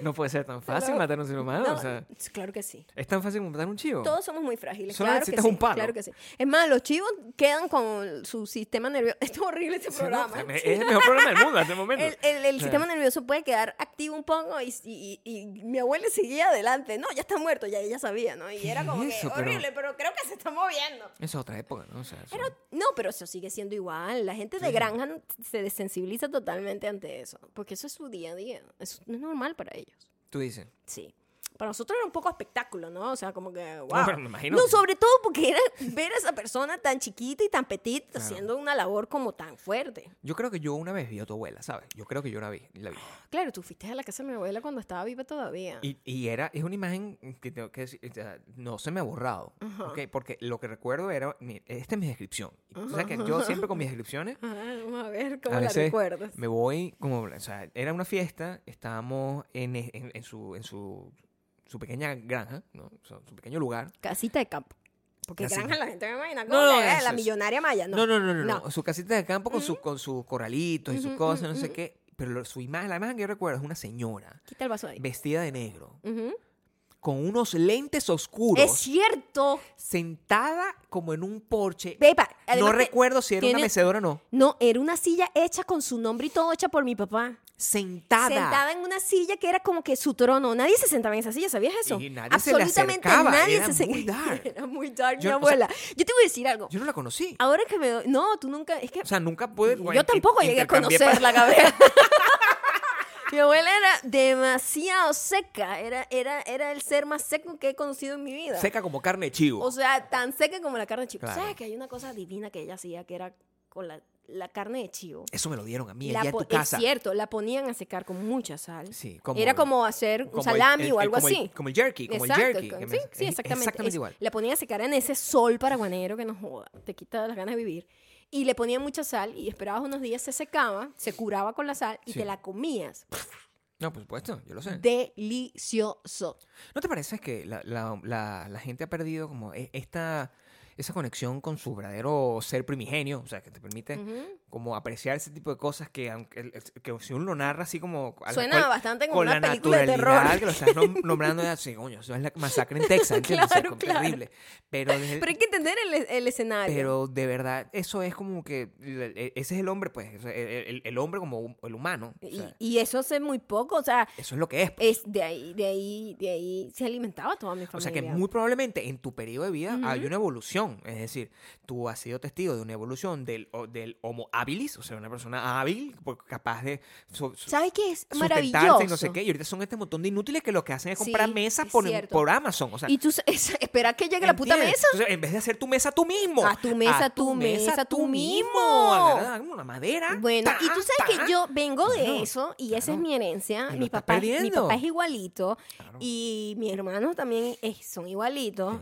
B: No puede ser tan fácil
A: No.
B: matar a un ser humano.
A: No,
B: Ah, o sea,
A: claro que sí.
B: es tan fácil como matar a un chivo.
A: Todos somos muy frágiles.
B: Solo
A: claro
B: necesitas
A: que
B: un
A: sí,
B: palo.
A: Claro que sí. Es más, los chivos quedan con su sistema nervioso. Esto es horrible este
B: Sí, no,
A: programa.
B: es el mejor programa del mundo hasta el momento.
A: El, el- el
B: Sí.
A: sistema nervioso puede quedar activo un poco y, y- y- y mi abuela seguía adelante. No, ya está muerto, ya ella sabía, ¿no? Y era
B: ¿Qué
A: como
B: es eso?
A: que
B: Pero-
A: horrible, pero... creo que se está moviendo.
B: Eso es otra época, ¿no? O sea, eso-
A: Pero, no, pero eso sigue siendo igual. La gente de
B: Sí.
A: granja n- se desensibiliza totalmente ante eso, porque eso es su día a día. Eso no es normal para ellos.
B: Tú dices.
A: Sí. Para nosotros era un poco espectáculo, ¿no? O sea, como que, wow.
B: pero me imagino
A: No,
B: que-
A: sobre todo porque era ver a esa persona tan chiquita y tan petita
B: Claro.
A: haciendo una labor como tan fuerte.
B: Yo creo que yo una vez vi a tu abuela, ¿sabes? Yo creo que yo la vi. La vi.
A: Claro, tú fuiste a la casa de mi abuela cuando estaba viva todavía.
B: Y, y era, es una imagen que tengo que decir, o sea, no se me ha borrado.
A: Ajá.
B: ¿ok? Porque lo que recuerdo era, mi- esta es mi descripción. O sea, que yo siempre con mis descripciones
A: Ajá, vamos a ver cómo
B: A
A: la
B: veces
A: recuerdas.
B: me voy como, o sea, era una fiesta, estábamos en, en- en su, en su, su pequeña granja, ¿no? O sea, su pequeño lugar.
A: Casita de campo. Porque
B: Casita.
A: granja la gente me imagina como
B: No, no,
A: que, eh,
B: eso
A: la
B: es.
A: millonaria maya, ¿no?
B: No, no, no, no,
A: no.
B: no, Su casita de campo con, su, con sus corralitos y sus
A: Ujú,
B: cosas,
A: ujú,
B: no sé
A: ujú.
B: qué. Pero lo- su imagen, la imagen que yo recuerdo es una señora
A: Quita el vaso ahí.
B: vestida de negro,
A: Ujú.
B: con unos lentes oscuros,
A: Es cierto.
B: sentada como en un porche.
A: Pepa,
B: no
A: además que
B: recuerdo si era
A: tiene-
B: una mecedora o no.
A: No, era una silla hecha con su nombre y todo hecha por mi papá.
B: Sentada.
A: Sentada en una silla que era como que su trono. Nadie se sentaba en esa silla, ¿sabías eso?
B: Y nadie se le
A: Absolutamente
B: acercaba,
A: nadie
B: era
A: se sentaba.
B: muy dark.
A: Era muy dark,
B: Yo-
A: mi
B: o sea-
A: abuela. yo te voy a decir algo.
B: Yo no la conocí.
A: Ahora que me doy. No, tú nunca. Es que
B: O sea, nunca pude.
A: Ah, yo
B: bueno,
A: tampoco
B: in-
A: llegué a
B: Pues, intercambié pa-
A: conocerla, Gabriela. Mi abuela era demasiado seca, era, era, era el ser más seco que he conocido en mi vida.
B: Seca como carne de chivo.
A: O sea, tan seca como la carne de chivo.
B: Claro.
A: ¿Sabes que hay una cosa divina que ella hacía que era con la, la carne de chivo?
B: Eso me lo dieron a mí
A: La
B: allá en
A: po-
B: tu casa.
A: Es cierto, la ponían a secar con mucha sal.
B: Sí, como-
A: Era como hacer un
B: Como el-
A: salami
B: el-
A: o
B: el-
A: algo
B: como el-
A: así.
B: como el jerky, como
A: Exacto,
B: el jerky.
A: con-
B: que me-
A: sí, sí,
B: es
A: exactamente.
B: Exactamente
A: Es-
B: igual.
A: La ponían a secar en ese sol paraguanero que nos joda, te quita las ganas de vivir. Y le ponían mucha sal y esperabas unos días, se secaba, se curaba con la sal y
B: Sí.
A: te la comías.
B: No, por supuesto, yo lo sé.
A: Delicioso.
B: ¿No te parece que la, la- la- la gente ha perdido como e- esta, esa conexión con su verdadero ser primigenio? O sea, que te permite
A: Ujú.
B: como apreciar ese tipo de cosas que, aunque, el- el- que si uno lo narra así como... a la-
A: Suena
B: con-
A: bastante como
B: con
A: una
B: la
A: película de
B: naturalidad
A: terror.
B: que lo estás nom- nombrando de así, coño, eso es la masacre en Texas, ¿entiendes? O sea,
A: Claro,
B: como
A: claro.
B: terrible. Pero, desde-
A: Pero hay que entender el, el escenario.
B: pero de verdad, eso es como que... el- el- Ese es el hombre, pues, o sea, el, el- el hombre como hum- el humano. o
A: y,
B: sea,
A: y eso hace muy poco, o sea,
B: eso es lo que es. pues.
A: es de ahí, de ahí, de ahí se alimentaba toda mi
B: O
A: familia.
B: sea que muy probablemente en tu periodo de vida hay una evolución. Es decir, tú has sido testigo de una evolución del, o- del homo habilis, o sea, una persona hábil, por- capaz de so- so-
A: ¿Sabes qué es maravilloso?
B: sustentarse y no sé qué. Y ahorita son este montón de inútiles que lo que hacen es comprar
A: Sí,
B: mesas
A: es
B: por,
A: cierto.
B: por Amazon. O sea,
A: Y tú s- es- esperas que llegue la puta
B: ¿entiendes?
A: mesa.
B: Entonces, en vez de hacer tu mesa tú mismo.
A: Haz tu mesa
B: haz
A: tú, mesa tú mismo.
B: Agarra agarra una madera.
A: Bueno, y
B: ta,
A: tú sabes
B: ta.
A: que yo vengo de
B: Claro,
A: eso y esa es
B: claro.
A: mi herencia.
B: Y lo
A: Mi
B: estás
A: papá, es- mi
B: perdiendo.
A: papá es igualito
B: Claro.
A: y mis hermanos también es- son igualitos.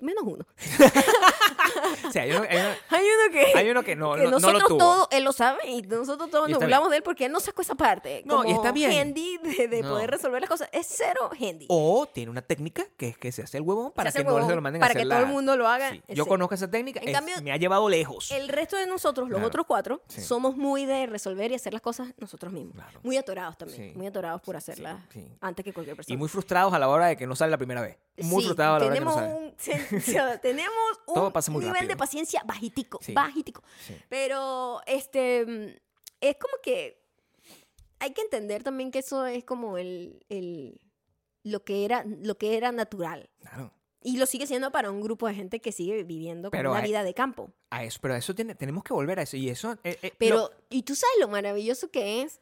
A: Menos uno.
B: O sea, hay uno, hay uno-
A: Hay uno que,
B: hay uno que no,
A: que
B: no- no
A: nosotros
B: lo tuvo.
A: todos, él lo sabe y nosotros todos
B: Y
A: nos
B: está
A: burlamos de él porque él no sacó esa parte.
B: No, y
A: Como
B: está bien.
A: handy de, de
B: No. Oh.
A: poder resolver las cosas. Es cero handy.
B: O tiene una técnica que es que se hace el huevón para
A: hace
B: que
A: el
B: no se
A: huevón,
B: lo manden a
A: para que
B: hacer
A: todo
B: la-
A: el mundo lo haga,
B: Sí,
A: eh,
B: Yo
A: sí.
B: conozco esa técnica.
A: En
B: es-
A: cambio-
B: me ha llevado lejos.
A: El resto de nosotros, los
B: Claro.
A: otros cuatro,
B: Sí.
A: somos muy de resolver y hacer las cosas nosotros mismos.
B: Claro.
A: Muy atorados también.
B: Sí.
A: Muy atorados por hacerlas
B: sí.
A: antes que cualquier persona.
B: Y muy frustrados a la hora de que no sale la primera vez. Muy
A: Sí,
B: frustrados a la hora de que no
A: tenemos
B: sale.
A: un, sen- o sea, tenemos un
B: Todo pasa muy
A: nivel de
B: rápido.
A: paciencia bajitico,
B: Sí.
A: bajitico.
B: Sí.
A: Pero este mm, es como que hay que entender también que eso es como el, el- lo que era lo que era natural
B: Claro.
A: y lo sigue siendo para un grupo de gente que sigue viviendo con
B: Pero
A: una
B: hay-
A: vida de campo.
B: A eso, pero a eso tiene- tenemos que volver a eso. Y eso. eh, eh,
A: Pero,
B: lo-
A: y tú sabes lo maravilloso que es.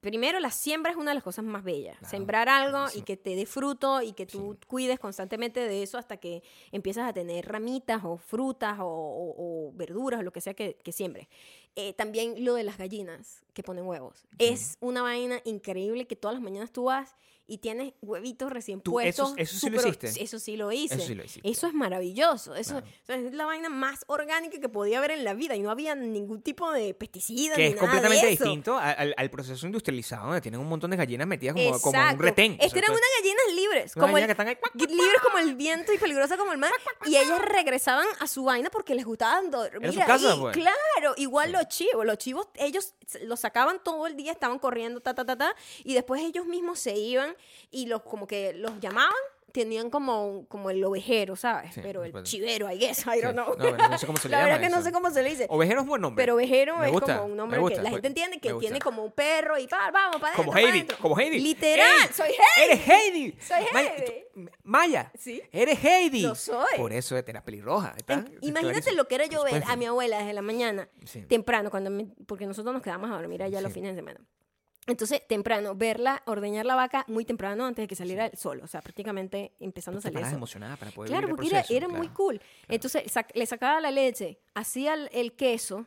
A: Primero, la siembra es una de las cosas más bellas.
B: Claro,
A: Sembrar algo y
B: buenísimo.
A: que te dé fruto y que tú cuides constantemente de eso hasta que empiezas a tener ramitas o frutas o, o- o verduras o lo que sea que, que siembres. Eh, también lo de las gallinas que ponen huevos. Es una vaina increíble que todas las mañanas tú vas y tienes huevitos recién
B: Tú, eso-
A: puestos.
B: eso sí lo
A: súper-
B: hiciste.
A: Eso sí lo hice.
B: Eso sí lo hiciste.
A: Eso es maravilloso. Eso,
B: Claro.
A: o sea, es la vaina más orgánica que podía haber en la vida y no había ningún tipo de pesticida
B: que
A: ni
B: es
A: nada
B: completamente
A: de eso.
B: distinto a- al, al proceso industrializado, donde tienen un montón de gallinas metidas como, como en un
A: Exacto. Este
B: retén. O sea,
A: Estas eran
B: tú-
A: unas gallinas libres,
B: una
A: como el,
B: gallina que están ahí, ¡cuac!
A: libres como el viento y peligrosas como el mar. Y ellas regresaban a su vaina porque les gustaban dormir
B: Era su casa,
A: ahí.
B: pues.
A: Claro, igual los los chivos. Los chivos, ellos los sacaban todo el día, estaban corriendo, ta, ta, ta, ta, y después ellos mismos se iban y los como que los llamaban, tenían como, como el ovejero, ¿sabes?
B: Sí,
A: Pero el
B: pues-
A: chivero, I guess, I don't
B: Sí.
A: know.
B: No, pero no sé cómo se le
A: La
B: llama
A: verdad que no
B: eso.
A: sé cómo se le dice.
B: Ovejero es buen nombre.
A: Pero ovejero
B: Me
A: es
B: gusta,
A: como un
B: me
A: nombre
B: gusta,
A: que la
B: pues,
A: gente entiende
B: me
A: que
B: gusta.
A: tiene como un perro y pa, vamos, para
B: Como
A: adentro,
B: Heidi,
A: pa' adentro.
B: como Heidi. Ah,
A: Literal,
B: ¡Ey!
A: soy Heidi.
B: ¡Eres Heidi!
A: Soy
B: Maya,
A: Heidi.
B: tú- Maya,
A: Sí.
B: eres Heidi.
A: Lo soy.
B: Por eso eras pelirroja. ¿está?
A: Em- Imagínate
B: Clarísimo.
A: lo que era yo
B: Por
A: ver a
B: supuesto.
A: mi abuela desde la mañana,
B: Sí.
A: temprano, cuando me- porque nosotros nos quedamos a dormir allá los
B: Sí.
A: fines de semana. Entonces, temprano, verla ordeñar la vaca muy temprano antes de que saliera el sol, o sea, prácticamente empezando a
B: Te
A: salir el
B: parabas
A: sol.
B: emocionada para poder
A: Claro,
B: vivir el
A: porque era,
B: proceso,
A: era muy
B: claro.
A: cool. Entonces, sac- le sacaba la leche, hacía el, el queso,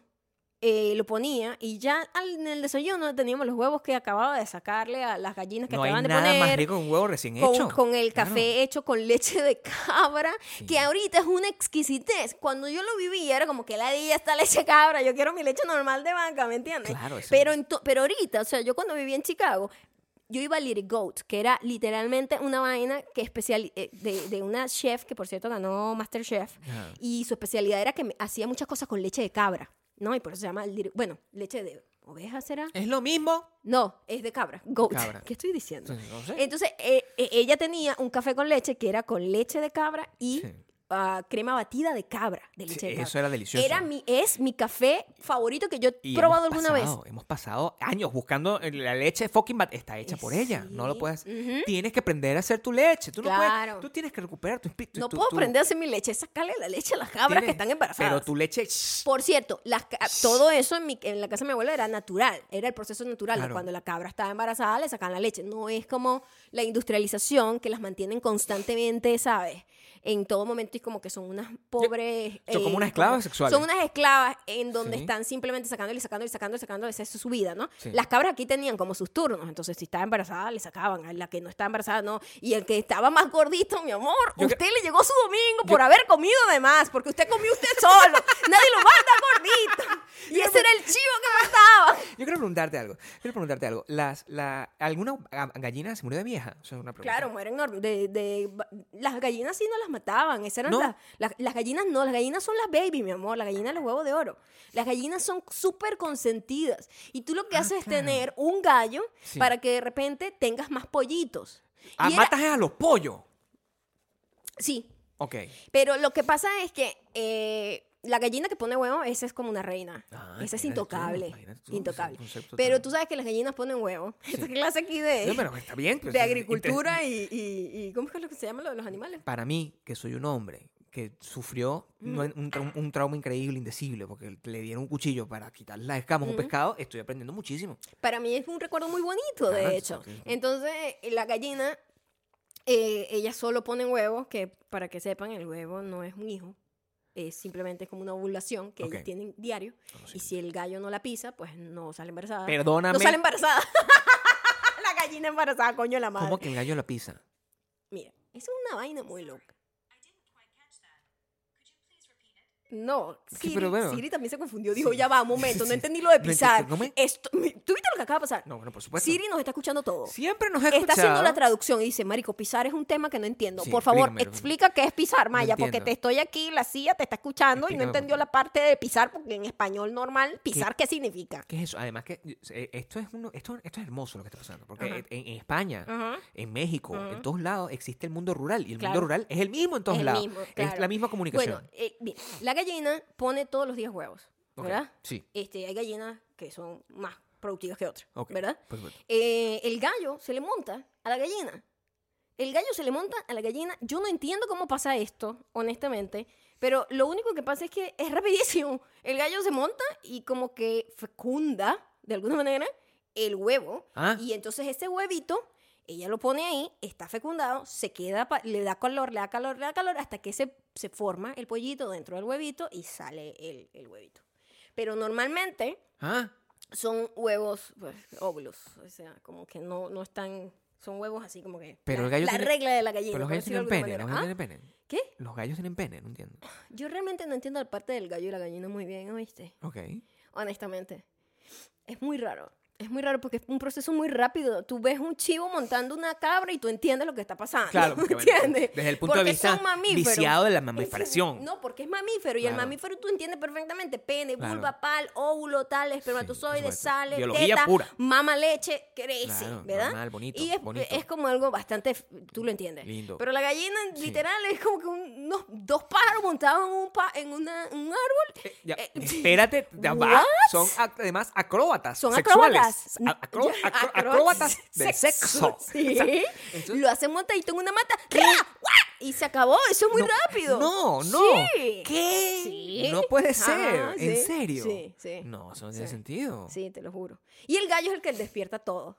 A: eh, lo ponía y ya al- en el desayuno teníamos los huevos que acababa de sacarle a las gallinas que
B: No hay
A: acababan de
B: nada más
A: poner
B: rico que un huevo recién hecho.
A: con, con el
B: Claro.
A: café hecho con leche de cabra, que ahorita es una exquisitez. Cuando yo lo viví era como que la día está leche de cabra, yo quiero mi leche normal de vaca, ¿me entiendes?
B: Claro, eso-
A: pero, ento- pero ahorita, o sea, yo cuando vivía en Chicago, yo iba a Little Goat, que era literalmente una vaina que especial eh, de, de una chef que por cierto ganó MasterChef
B: Ajá.
A: y su especialidad era que me- hacía muchas cosas con leche de cabra, ¿no? Y por eso se llama, Little- bueno, leche de oveja será.
B: Es lo mismo.
A: No, es de cabra, goat.
B: Eh. Cabra.
A: ¿Qué estoy diciendo?
B: Entonces, no sé.
A: Entonces, eh, eh, ella tenía un café con leche que era con leche de cabra y
B: Sí.
A: ah, crema batida de cabra, de leche
B: Sí,
A: de cabra.
B: eso era delicioso.
A: Era mi, es mi café favorito que yo he
B: Y
A: probado
B: hemos
A: alguna
B: pasado-
A: vez.
B: Hemos pasado años buscando la leche fucking bat- está hecha por ella, no lo
A: Sí.
B: puedes.
A: Ujú.
B: Tienes que aprender a hacer tu leche, tú no
A: Claro.
B: puedes, tú tienes que recuperar tu espíritu.
A: No
B: tu-
A: puedo
B: tu-
A: aprender a hacer mi leche, es sacarle la leche a las cabras que
B: tienes-
A: están embarazadas.
B: Pero tu leche shh,
A: Por cierto, las ca- todo eso en, mi- en la casa de mi abuela era natural, era el proceso natural. de
B: Claro.
A: Cuando la cabra estaba embarazada, le sacan la leche. No es como la industrialización que las mantienen constantemente, ¿sabes? En todo momento y como que son unas pobres... eh,
B: son como unas esclavas sexuales.
A: Son unas esclavas en donde
B: Sí.
A: están simplemente sacándole, sacándole, sacándole, sacándole. Esa es su vida, ¿no?
B: Sí.
A: Las cabras aquí tenían como sus turnos. Entonces, si estaba embarazada, le sacaban. A la que no estaba embarazada, no. Y el que estaba más gordito, mi amor,
B: Yo
A: usted
B: cre-
A: le llegó su domingo por haber comido de más, porque usted comió usted solo. Nadie lo manda gordito. Y ese era el chivo que mataba.
B: Yo quiero preguntarte algo. Quiero preguntarte algo. Las, la, ¿Alguna ga- gallina se murió de vieja? Eso es una pregunta.
A: Claro, mueren nor- de, de- Las gallinas sí no las mataban. Esas eran
B: ¿No?
A: las, las- las gallinas no, las gallinas son las babies, mi amor. Las gallinas los huevos de oro. Las gallinas son súper consentidas. Y tú lo que
B: Ah,
A: haces
B: claro.
A: es tener un gallo
B: Sí.
A: para que de repente tengas más pollitos.
B: Ah,
A: Y era-
B: matas a los pollos.
A: Sí,
B: Ok.
A: Pero lo que pasa es que eh, la gallina que pone huevo, esa es como una reina.
B: Ah,
A: esa es
B: imagínate tú,
A: intocable.
B: imagínate tú,
A: Intocable.
B: ese concepto
A: Pero
B: tan-
A: tú sabes que las gallinas ponen huevo. Esta clase aquí de,
B: No, pero está bien. pues,
A: de
B: es
A: agricultura y, y- y- ¿Cómo es que es lo que se llama lo de los animales?
B: para mí, que soy un hombre que sufrió
A: Mm.
B: no- un, trau- un trauma increíble, indecible, porque le dieron un cuchillo para quitar las escamas a
A: Mm.
B: un pescado, estoy aprendiendo muchísimo.
A: Para mí es un recuerdo muy bonito, de
B: Claro,
A: hecho.
B: porque-
A: Entonces, eh, la gallina, eh, ellas solo ponen huevos, que para que sepan, el huevo no es un hijo. Es simplemente es como una ovulación que
B: Ok.
A: ellas tienen diario. Y si el gallo no la pisa, pues no sale embarazada.
B: Perdóname.
A: No sale embarazada. la gallina embarazada, coño, la madre.
B: ¿Cómo que el gallo la pisa?
A: Mira, es una vaina muy loca. No,
B: Sí,
A: Siri,
B: pero bueno.
A: Siri también se confundió. Dijo,
B: Sí.
A: ya va, un momento, no entendí lo de
B: No entiendo,
A: pisar.
B: ¿cómo es?
A: Esto, mi- ¿Tú viste lo que acaba de pasar?
B: No, bueno, por supuesto.
A: Siri nos está escuchando todo.
B: Siempre nos ha escuchado.
A: Está haciendo la traducción y dice, Marico, pisar es un tema que no entiendo.
B: Sí,
A: Por favor,
B: explícamelo.
A: explica qué es pisar,
B: No
A: Maya, porque
B: entiendo.
A: te estoy aquí, la CIA te está escuchando y
B: Explícame,
A: no entendió
B: por
A: la parte de pisar, porque en español normal, pisar, ¿qué, significa?
B: ¿Qué es eso? Además que eh, esto es uno, esto, esto es hermoso lo que está pasando, porque
A: Ajá. Ah.
B: en, en España,
A: Ajá.
B: en México, en todos lados existe el mundo rural y el
A: Claro.
B: mundo rural es el mismo en todos
A: Es el
B: lados.
A: mismo,
B: Es
A: claro.
B: la misma comunicación.
A: Bueno, eh, bien, la gallina pone todos los días huevos,
B: Ok,
A: ¿verdad?
B: Sí.
A: Este, hay gallinas que son más productivas que otras,
B: Ok,
A: ¿verdad?
B: por supuesto.
A: Eh, el gallo se le monta a la gallina. El gallo se le monta a la gallina. Yo no entiendo cómo pasa esto, honestamente, pero lo único que pasa es que es rapidísimo. El gallo se monta y como que fecunda, de alguna manera, el huevo.
B: Ah.
A: Y entonces ese huevito, ella lo pone ahí, está fecundado, se queda, pa- le da calor, le da calor, le da calor, hasta que se, se forma el pollito dentro del huevito y sale el, el huevito. Pero normalmente
B: Ah,
A: son huevos, pues, óvulos. O sea, como que no, no están. Son huevos así como que.
B: Pero
A: la,
B: el gallo
A: la
B: tiene-
A: regla de la gallina.
B: pero los
A: por
B: gallos tienen
A: decirlo
B: pene,
A: de alguna
B: los gallos
A: manera.
B: tienen pene.
A: ¿Ah? ¿Qué?
B: Los gallos tienen pene, no entiendo.
A: Yo realmente no entiendo la Ah, parte del gallo y la gallina muy bien, ¿oíste?
B: Ok.
A: Honestamente. Es muy raro. Es muy raro porque es un proceso muy rápido. Tú ves un chivo montando una cabra y tú entiendes lo que está pasando.
B: Claro, porque, bueno,
A: ¿entiendes?
B: desde el punto de
A: Porque
B: vista
A: son mamíferos.
B: viciado de la
A: Es-
B: mamiferación.
A: No, porque es mamífero y el
B: Claro.
A: mamífero tú entiendes perfectamente. Pene,
B: Claro.
A: vulva, pal, óvulo, tal, espermatozoide,
B: por supuesto.
A: sale,
B: Biología
A: teta,
B: pura.
A: mama, leche, crece,
B: Claro,
A: ¿verdad?
B: normal, bonito,
A: y es,
B: bonito.
A: es como algo bastante, f- tú lo entiendes.
B: Lindo.
A: Pero la gallina, literal, es como que un- unos dos pájaros montados en un, pa- en una- en un árbol.
B: Eh, ya,
A: Eh,
B: espérate, ya va.
A: ¿what?
B: son ac- además acróbatas
A: Son
B: Ah, sexuales.
A: acróbatas.
B: A- acro-
A: Ya,
B: acro- acróbatas del sexo.
A: Sí.
B: O sea, entonces-
A: lo hacen montadito en una mata. ¡ra! ¡guá! Y se acabó. Eso es muy
B: No,
A: rápido.
B: No, no.
A: Sí.
B: ¿Qué?
A: Sí.
B: No puede
A: Ajá,
B: ser. ¿En
A: sí,
B: serio?
A: sí, sí.
B: No, eso no tiene
A: Sí.
B: sentido.
A: Sí, te lo juro. Y el gallo es el que despierta todo.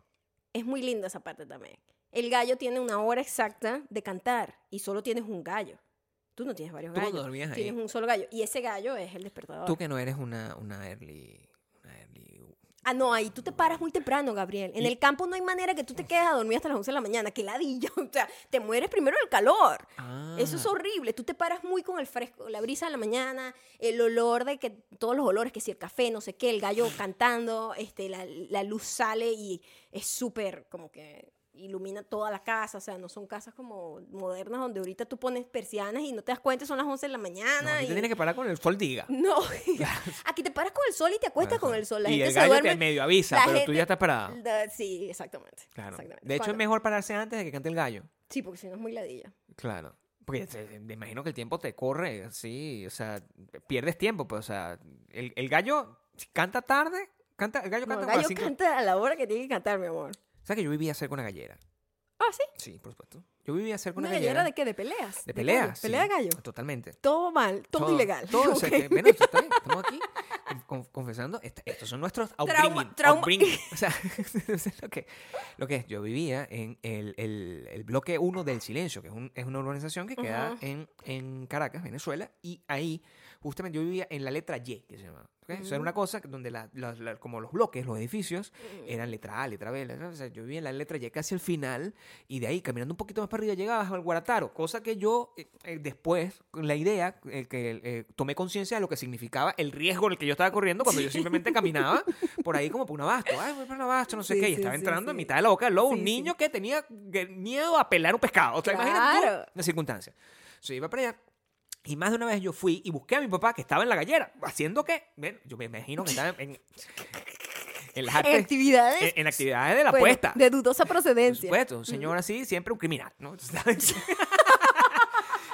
A: Es muy linda esa parte también. El gallo tiene una hora exacta de cantar y solo tienes un gallo. Tú no tienes varios
B: Tú cuando
A: gallos.
B: dormías ahí-
A: Tienes un solo gallo. Y ese gallo es el despertador.
B: Tú que no eres una, una early. Una early.
A: Ah, no, ahí tú te paras muy temprano, Gabriel. En
B: Y-
A: el campo no hay manera que tú te quedes a dormir hasta las 11 de la mañana. ¡Qué ladilla! O sea, te mueres primero del calor.
B: Ah.
A: Eso es horrible. Tú te paras muy con el fresco, la brisa de la mañana, el olor de que todos los olores, que si el café, no sé qué, el gallo cantando, este, la, la luz sale y es súper como que ilumina toda la casa. O sea, no son casas como modernas donde ahorita tú pones persianas y no te das cuenta, son las 11 de la
B: No,
A: mañana.
B: aquí
A: y-
B: te tienes que parar con el sol diga.
A: no, aquí te paras con el sol y te acuestas
B: Ajá.
A: con el sol. La
B: y
A: gente
B: el
A: se
B: gallo
A: duerme.
B: te medio avisa,
A: la
B: pero tú
A: gente-
B: ya estás parada.
A: Da- Sí, exactamente.
B: Claro.
A: exactamente.
B: De hecho, es
A: Cuando-
B: mejor pararse antes de que cante el gallo.
A: Sí, porque si no es muy ladilla.
B: Claro. Porque te- me imagino que el tiempo te corre, sí, o sea, pierdes tiempo, pues, o sea, el, el gallo canta tarde, canta, el gallo
A: No,
B: canta
A: el
B: como a las
A: gallo
B: cinco.
A: canta a la hora que tiene que cantar, mi amor.
B: ¿Sabes que yo vivía cerca de una gallera?
A: Ah, sí.
B: Sí, por supuesto. Yo vivía cerca de
A: ¿Una
B: una,
A: gallera, de qué? ¿De peleas?
B: de
A: ¿De gallo?
B: peleas. sí.
A: ¿Pelea de gallo?
B: Totalmente.
A: Todo mal, todo, ilegal.
B: Todo, o sea,
A: Ok.
B: que- bueno, esto está bien, estamos aquí con- confesando, esta- estos son nuestros upbringing,
A: trauma.
B: upbringing. O sea, lo que, lo que es, yo vivía en el, el- el bloque 1 del Silencio, que es, un- es una urbanización que queda
A: Ujú.
B: en, en Caracas, Venezuela, y ahí justamente yo vivía en la letra Y, que se llamaba. ¿ok? O sea, era una cosa donde la- la- la- como los bloques, los edificios, eran letra A, letra B, letra- o sea, yo vivía en la letra Y casi al final, y de ahí, caminando un poquito más para arriba, llegabas al Guarataro, cosa que yo eh, eh, después, con la idea, eh, que eh, tomé conciencia de lo que significaba el riesgo en el que yo estaba corriendo cuando yo simplemente caminaba por ahí como por un abasto, ay, voy para un abasto, no sé
A: Sí,
B: qué, y
A: sí,
B: estaba
A: sí,
B: entrando en
A: sí.
B: mitad de la boca del lobo
A: Sí,
B: un
A: sí.
B: niño que tenía eh, miedo a pelar un pescado, o sea, imagínate
A: Claro.
B: tú la circunstancia. Se iba para allá. Y más de una vez yo fui y busqué a mi papá que estaba en la gallera, haciendo que, bueno, yo me imagino que estaba en, en las artes-
A: Actividades.
B: en, en actividades de eh, la
A: bueno,
B: apuesta.
A: De dudosa
B: Por
A: procedencia.
B: supuesto, un señor así, siempre un criminal, ¿no? Entonces,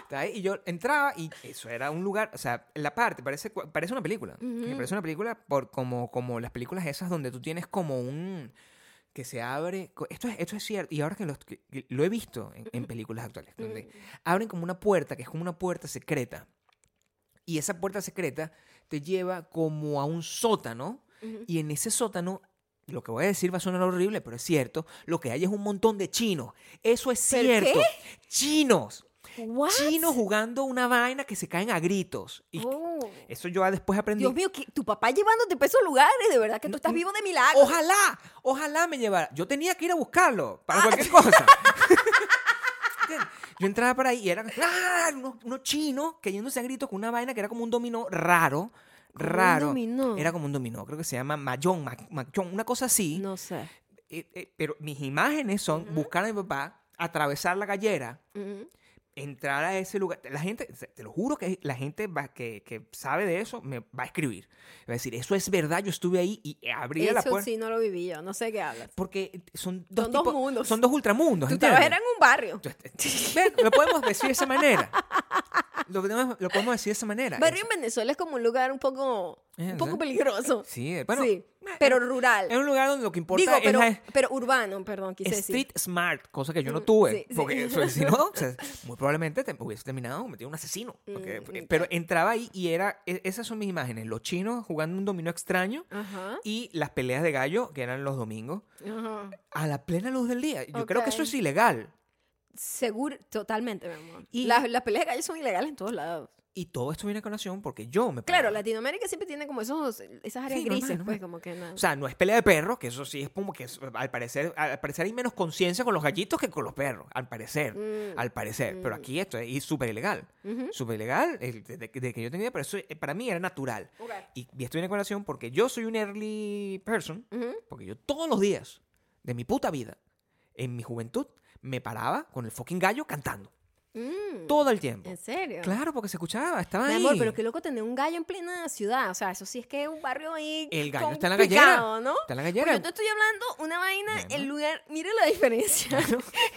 B: estaba ahí, Y yo entraba y eso era un lugar, o sea, la parte parece, cu- parece una película. Me Parece una película por como, como las películas esas donde tú tienes como un que se abre, co- esto es, esto es cierto, y ahora que, los- que- que lo he visto en, en películas actuales, donde abren como una puerta, que es como una puerta secreta, y esa puerta secreta te lleva como a un sótano, y en ese sótano, lo que voy a decir va a sonar horrible, pero es cierto, lo que hay es un montón de chinos, eso es
A: ¿Pero
B: cierto, chinos,
A: Mm, What?
B: chinos jugando una vaina que se caen a gritos, y
A: Oh.
B: eso yo después aprendí.
A: Dios mío, que tu papá llevándote para esos lugares, de verdad que tú estás vivo de milagro.
B: Ojalá, ojalá me llevara. Yo tenía que ir a buscarlo
A: Ah.
B: para cualquier cosa. ¿Entiendes? Yo entraba para ahí y eran ¡ah! unos, unos chinos cayéndose a gritos con una vaina que era como un dominó raro.
A: Como un
B: Raro.
A: dominó.
B: Era como un dominó, creo que se llama Mayón, ma- Machón, una cosa así.
A: No sé.
B: Eh, eh, pero mis imágenes son buscar a mi papá, atravesar la gallera,
A: Ujú.
B: entrar a ese lugar. La gente, te lo juro que la gente va- que, que sabe de eso me va a escribir. Va a decir, eso es verdad, yo estuve ahí y abrí la
A: Eso
B: puerta.
A: sí no lo viví yo, no sé qué hablas.
B: Porque son dos,
A: Son dos
B: tipos-
A: mundos.
B: Son dos ultramundos.
A: Tú
B: ¿entiendes?
A: estabas era en un barrio.
B: Entonces, ven, Lo podemos decir de esa manera. Lo podemos, lo podemos decir de esa manera.
A: Barrio en Venezuela es como un lugar un poco,
B: Eh,
A: un poco
B: ¿verdad?
A: peligroso.
B: Sí, bueno. eh,
A: Sí, pero
B: Es
A: rural.
B: un lugar donde lo que importa
A: Digo,
B: es
A: pero,
B: la
A: pero urbano, perdón, quise decir.
B: street smart, cosa que yo no
A: Mm,
B: tuve.
A: sí, sí.
B: porque o sea, si no, o sea, muy probablemente te hubiese terminado metido en un asesino. porque-
A: Mm,
B: pero entraba ahí y era, e- esas son mis imágenes. Los chinos jugando un dominó extraño
A: Ajá,
B: y las peleas de gallo, que eran los domingos,
A: ajá.
B: a la plena luz del día. Yo creo que eso
A: Ok.
B: es ilegal.
A: Seguro, totalmente, mi amor.
B: Y-
A: las, las peleas de gallos son ilegales en todos lados.
B: Y todo esto viene a colación porque yo me
A: Claro,
B: peleo.
A: Latinoamérica siempre tiene como esos, esas áreas
B: Ah. Sí, normal,
A: grises, pues,
B: normal.
A: como que nada.
B: O sea, no es pelea de perros, que eso sí es como que es- al parecer, al parecer hay menos conciencia con los gallitos que con los perros, al parecer,
A: Mm,
B: al parecer. Pero
A: mm.
B: aquí esto es súper ilegal,
A: ujú.
B: súper ilegal, eh, desde que- desde que yo tenía, pero eso eh, para mí era natural. Y, y esto viene a colación porque yo soy un early person,
A: Ujú.
B: porque yo todos los días de mi puta vida, en mi juventud, me paraba con el fucking gallo cantando,
A: Mm,
B: todo el tiempo.
A: ¿En serio?
B: Claro, porque se escuchaba, estaba
A: Mi
B: ahí.
A: amor, pero qué loco tener un gallo en plena ciudad. O sea, eso sí es que es un barrio ahí.
B: El gallo está en la
A: complicado, ¿no?
B: Está en
A: Porque
B: la gallera.
A: Pues yo te estoy hablando una vaina, el
B: Bueno.
A: lugar, mire la diferencia.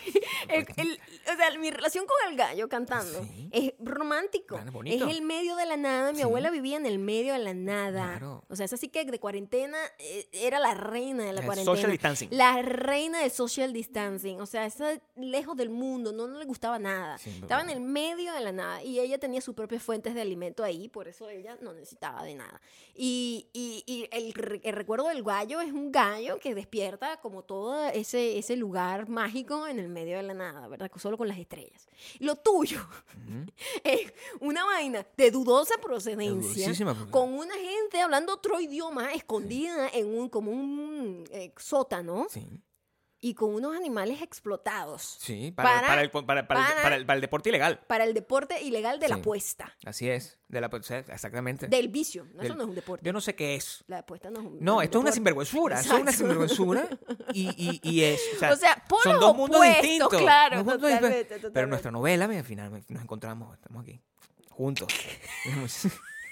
A: El-
B: Porque-
A: el- o sea, mi relación con el gallo cantando
B: Sí.
A: es romántico.
B: Claro,
A: es
B: bonito.
A: el medio de la nada. Mi
B: Sí.
A: abuela vivía en el medio de la nada.
B: Claro.
A: O sea, es así que de cuarentena eh, era la reina de la
B: El
A: cuarentena.
B: social distancing.
A: La reina del social distancing. O sea, está lejos del mundo, no, no le gustaba nada.
B: Sin duda.
A: Estaba en el medio de la nada y ella tenía sus propias fuentes de alimento ahí, por eso ella no necesitaba de nada. Y, y- y el, re- el recuerdo del gallo es un gallo que despierta como todo ese, ese lugar mágico en el medio de la nada, ¿verdad? Solo con las estrellas. Lo tuyo
B: Ujú.
A: es una vaina de dudosa procedencia,
B: Dudosísima procedencia.
A: con una gente hablando otro idioma, escondida en un, como un eh, sótano
B: Sí.
A: y con unos animales explotados.
B: Sí,
A: para-
B: para,
A: Para- para el-
B: el, para,
A: para- para el-
B: deporte ilegal.
A: Para el deporte ilegal de la
B: Sí.
A: apuesta.
B: Así es, de la pues, eh, exactamente.
A: Del vicio. No, eso
B: Del-
A: no es un deporte.
B: Yo no sé qué es.
A: La apuesta no es un
B: No, esto es una
A: deporte.
B: sinvergüenzura. Eso es una
A: Exacto.
B: sinvergüenzura y, y, y es. O sea,
A: O sea, polos
B: son dos mundos
A: opuestos,
B: distintos.
A: claro,
B: dos mundos
A: totalmente,
B: distintos. Pero
A: totalmente.
B: nuestra novela, mira, al final nos encontramos, estamos aquí, juntos. o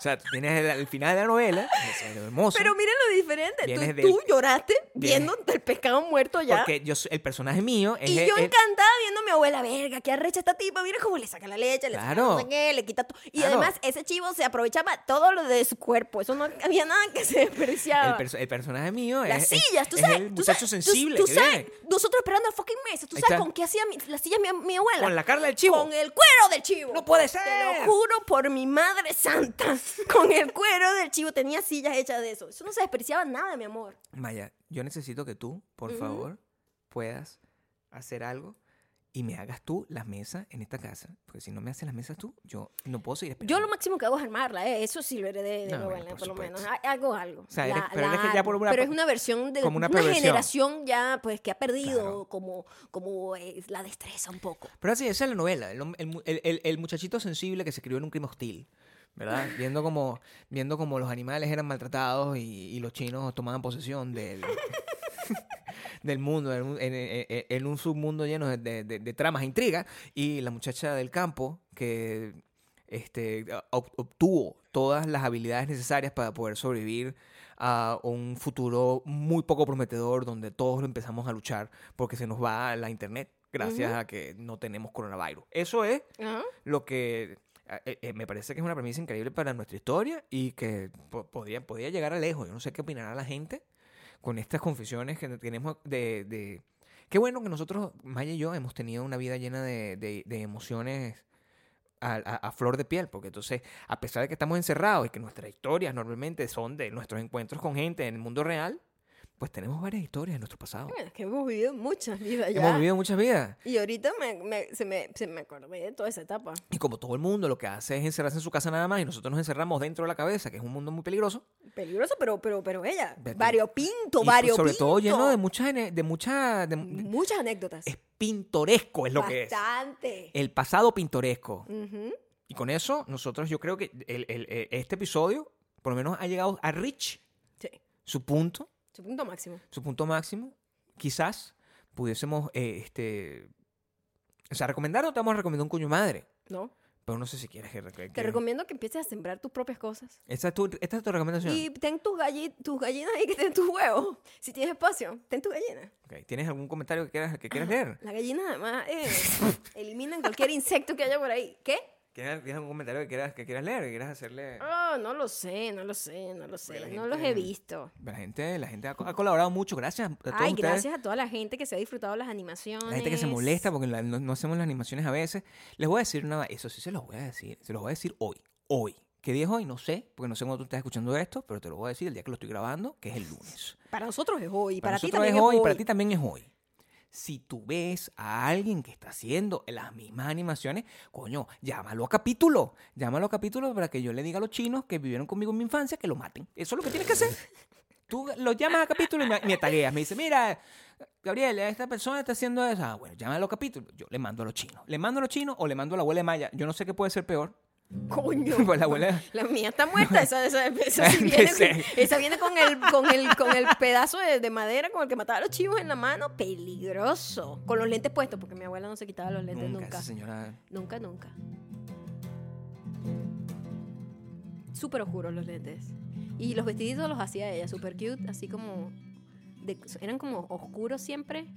B: sea, tú tienes el, el final de la novela, es hermoso.
A: Pero mira lo diferente. Tú,
B: Vienes del-
A: tú lloraste
B: Vienes-
A: viendo el pescado muerto ya.
B: porque yo, soy- el personaje mío es.
A: Y
B: el-
A: yo
B: el-
A: encantada viendo a mi abuela, verga, qué arrecha esta tipa, mira cómo le saca la leche, le saca
B: Claro.
A: no sé qué, le quita todo. Y
B: Claro.
A: además, ese chivo se aprovechaba todo lo de su cuerpo, eso no había nada que se
B: el,
A: despreciaba.
B: perso- el personaje mío
A: las
B: es, es-
A: sillas, tú
B: es
A: sabes.
B: el
A: tú
B: muchacho
A: sabes, tú-
B: sensible
A: tú
B: que
A: sabes,
B: viene.
A: Nosotros esperando a fucking mesa, ¿tú
B: Ahí
A: sabes
B: está.
A: con qué hacía mi- las sillas mi, mi abuela?
B: Con la cara del chivo.
A: Con el cuero del chivo.
B: ¡No puede ser!
A: Te lo juro por mi madre santa. Con el cuero del chivo tenía sillas hechas de eso. Eso no se despreciaba nada, mi amor.
B: Maya, yo necesito que tú, por
A: Ujú.
B: favor, puedas hacer algo y me hagas tú las mesas en esta casa. Porque si no me haces las mesas tú, yo no puedo seguir esperando.
A: Yo lo máximo que hago es armarla, eh. eso sí lo heredé de mi
B: No, bueno,
A: abuela, por,
B: por
A: lo menos.
B: supuesto.
A: Ha- Hago algo.
B: sea, eres- pero eres que ya por
A: armo.
B: una
A: Pero
B: pa-
A: es una versión de
B: como una
A: una,
B: perversión.
A: generación ya pues que ha perdido
B: Claro.
A: como, como eh, la destreza un poco.
B: Pero así, esa es la novela. El, hom- el mu- el- el- el muchachito sensible que se crió en un crimen hostil. ¿Verdad? Viendo como, viendo como los animales eran maltratados y, y los chinos tomaban posesión del, del mundo, en un, en- en- en- en un submundo lleno de, de- de- de tramas e intrigas. Y la muchacha del campo que este, ob- obtuvo todas las habilidades necesarias para poder sobrevivir a un futuro muy poco prometedor donde todos empezamos a luchar porque se nos va la internet gracias a que no tenemos coronavirus. Eso es
A: Ah,
B: lo que eh, eh, me parece que es una premisa increíble para nuestra historia y que po- podría, podría llegar a lejos. Yo no sé qué opinará la gente con estas confesiones que tenemos de... de- Qué bueno que nosotros, Maya y yo, hemos tenido una vida llena de, de- de emociones a, a- a flor de piel, porque entonces, a pesar de que estamos encerrados y que nuestras historias normalmente son de nuestros encuentros con gente en el mundo real, pues tenemos varias historias de nuestro pasado.
A: Bueno, es que hemos vivido muchas vidas ya.
B: Hemos vivido muchas vidas.
A: Y ahorita me, me- se, me, se me acordé de toda esa etapa.
B: Y como todo el mundo lo que hace es encerrarse en su casa nada más y nosotros nos encerramos dentro de la cabeza, que es un mundo muy peligroso.
A: Peligroso, pero, pero, pero ella.
B: Vete.
A: Variopinto,
B: y
A: variopinto.
B: pues, sobre todo lleno de mucha, ene- de mucha, de- de-
A: muchas anécdotas.
B: es pintoresco es Eh. lo
A: Mm. Bastante.
B: que es. El pasado pintoresco.
A: Ujú.
B: Y con eso nosotros yo creo que el- el- el- este episodio por lo menos ha llegado a Rich
A: Sí,
B: su punto,
A: su punto máximo.
B: su punto máximo. Quizás pudiésemos, eh, este, o sea, recomendar no te vamos a recomendar un coño madre,
A: ¿No?
B: pero no sé si quieres que, que-
A: Te recomiendo que empieces a sembrar tus propias cosas.
B: Esta es tu, esta es tu recomendación.
A: Y ten tus, galli- tus gallinas ahí que ten tus huevos. Si tienes espacio, ten tus gallinas.
B: Ok, ¿Tienes algún comentario que quieras, que quieras leer?
A: Las gallinas además eh, eliminan cualquier insecto que haya por ahí. ¿Qué?
B: ¿Tienes, tienes algún comentario que quieras, que quieras leer? Que quieras hacerle...
A: Oh, no lo sé, no lo sé, no lo sé.
B: Pues la
A: No los
B: gente-
A: he visto.
B: La gente, la gente ha, co- ha colaborado mucho. Gracias a todos
A: Ay,
B: ustedes.
A: gracias a toda la gente que se ha disfrutado las animaciones.
B: La gente que se molesta porque la- no, no hacemos las animaciones a veces. Les voy a decir una... Eso sí se los voy a decir. Se los voy a decir hoy. Hoy. ¿Qué día es hoy? No sé. Porque no sé cuándo tú estás escuchando esto. Pero te lo voy a decir el día que lo estoy grabando, que es el lunes.
A: Para nosotros es hoy, para, ti
B: nosotros
A: también
B: es hoy. Para ti también es hoy. si tú ves a alguien que está haciendo las mismas animaciones, coño, llámalo a capítulo. Llámalo a capítulo para que yo le diga a los chinos que vivieron conmigo en mi infancia que lo maten. Eso es lo que tienes que hacer. Tú lo llamas a capítulo y me, me tagueas. Me dice, mira, Gabriel, esta persona está haciendo eso. Ah, bueno, llámalo a capítulo. Yo le mando a los chinos. Le mando a los chinos o le mando a la abuela de Maya. Yo no sé qué puede ser peor.
A: Coño.
B: Pues la abuela-
A: La mía está muerta. Esa, esa- esa sí viene,
B: Empecé.
A: con, esa viene con el, con el, con el pedazo de, de madera con el que mataba a los chivos en la mano. Peligroso. Con los lentes puestos, porque mi abuela no se quitaba los lentes
B: Nunca,
A: nunca.
B: esa señora.
A: Nunca, nunca. Súper oscuros los lentes. Y los vestiditos los hacía ella, súper cute, así como... de- eran como oscuros siempre.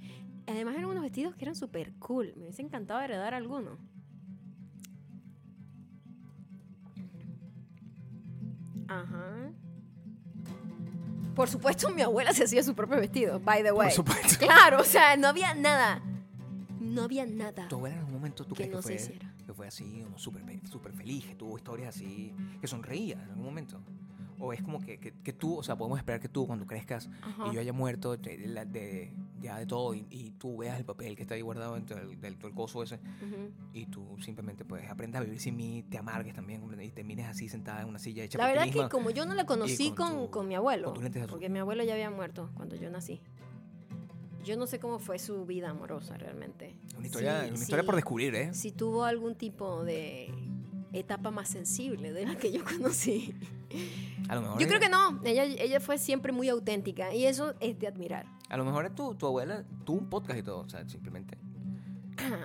A: Además eran unos vestidos que eran súper cool. Me hubiese encantado heredar alguno. Ajá. Por supuesto, mi abuela se hacía su propio vestido, by the way.
B: supuesto.
A: Claro, o sea, no había nada. No había nada.
B: Tu abuela en algún momento tú
A: Que
B: crees que
A: no se
B: fue,
A: hiciera.
B: que fue así, como súper fe- súper feliz, que tuvo historias así, que sonreía en algún momento. O es como que, que, que tú, o sea, podemos esperar que tú cuando crezcas
A: Ajá.
B: y yo haya muerto te- de, la- de- ya de todo y, y tú veas el papel que está ahí guardado dentro del, del, del coso ese
A: Ujú.
B: y tú simplemente pues aprendas a vivir sin mí, te amargues también y termines así sentada en una silla hecha
A: La
B: por ti
A: verdad es que
B: misma.
A: como yo no la conocí
B: con
A: con,
B: tu-
A: con mi abuelo,
B: con tus lentes azules.
A: porque mi abuelo ya había muerto cuando yo nací. Yo no sé cómo fue su vida amorosa realmente.
B: Una historia,
A: Sí,
B: una
A: sí.
B: historia por descubrir, ¿eh?
A: Si tuvo algún tipo de etapa más sensible de la que yo conocí.
B: A lo mejor,
A: Yo creo que no, ella, ella fue siempre muy auténtica y eso es de admirar.
B: a lo mejor tu, tu abuela tuvo un podcast y todo, o sea, simplemente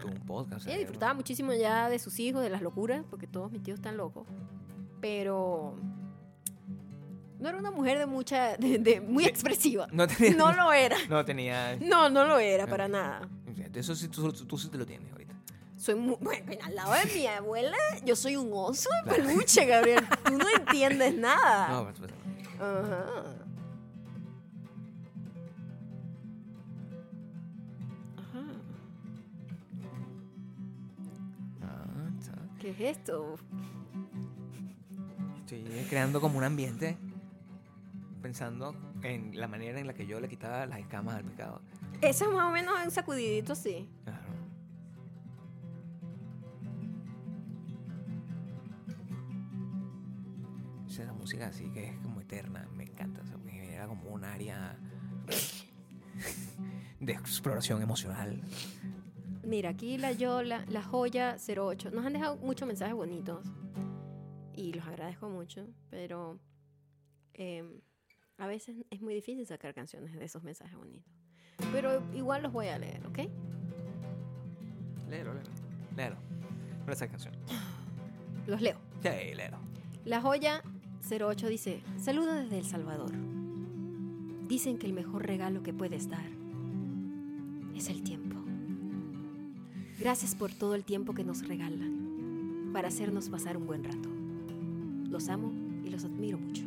B: tuvo un podcast. o
A: Ah.
B: sea,
A: Ella
B: era-
A: disfrutaba muchísimo ya de sus hijos, de las locuras, porque todos mis tíos están locos. Pero no era una mujer de mucha, de, de- muy expresiva.
B: No tenía-
A: No lo era.
B: No tenía.
A: No, no lo era para nada.
B: Eso sí, tú, tú, tú sí te lo tienes ahorita.
A: Soy muy, bueno, al lado de mi abuela, yo soy un oso de
B: Claro.
A: peluche, Gabriel. Tú no entiendes nada.
B: No, pues, pues,
A: Ajá. Ajá.
B: ah, está.
A: ¿Qué es esto?
B: Estoy creando como un ambiente pensando en la manera en la que yo le quitaba las escamas al pecado.
A: Eso es más o menos un sacudidito así.
B: Claro. Esa es la música así que es como eterna, me encanta, o sea, porque genera como un área de exploración emocional.
A: Mira, aquí la Yola, la Joya 08. Nos han dejado muchos mensajes bonitos. Y los agradezco mucho. Pero eh, a veces es muy difícil sacar canciones de esos mensajes bonitos. Pero igual los voy a leer, ¿ok?
B: Léelo, léelo. Léelo. Pero esa canción.
A: Los leo.
B: Sí, léelo.
A: La Joya 08 dice, saludo desde El Salvador. Dicen que el mejor regalo que puedes dar es el tiempo. Gracias por todo el tiempo que nos regalan para hacernos pasar un buen rato. Los amo y los admiro mucho.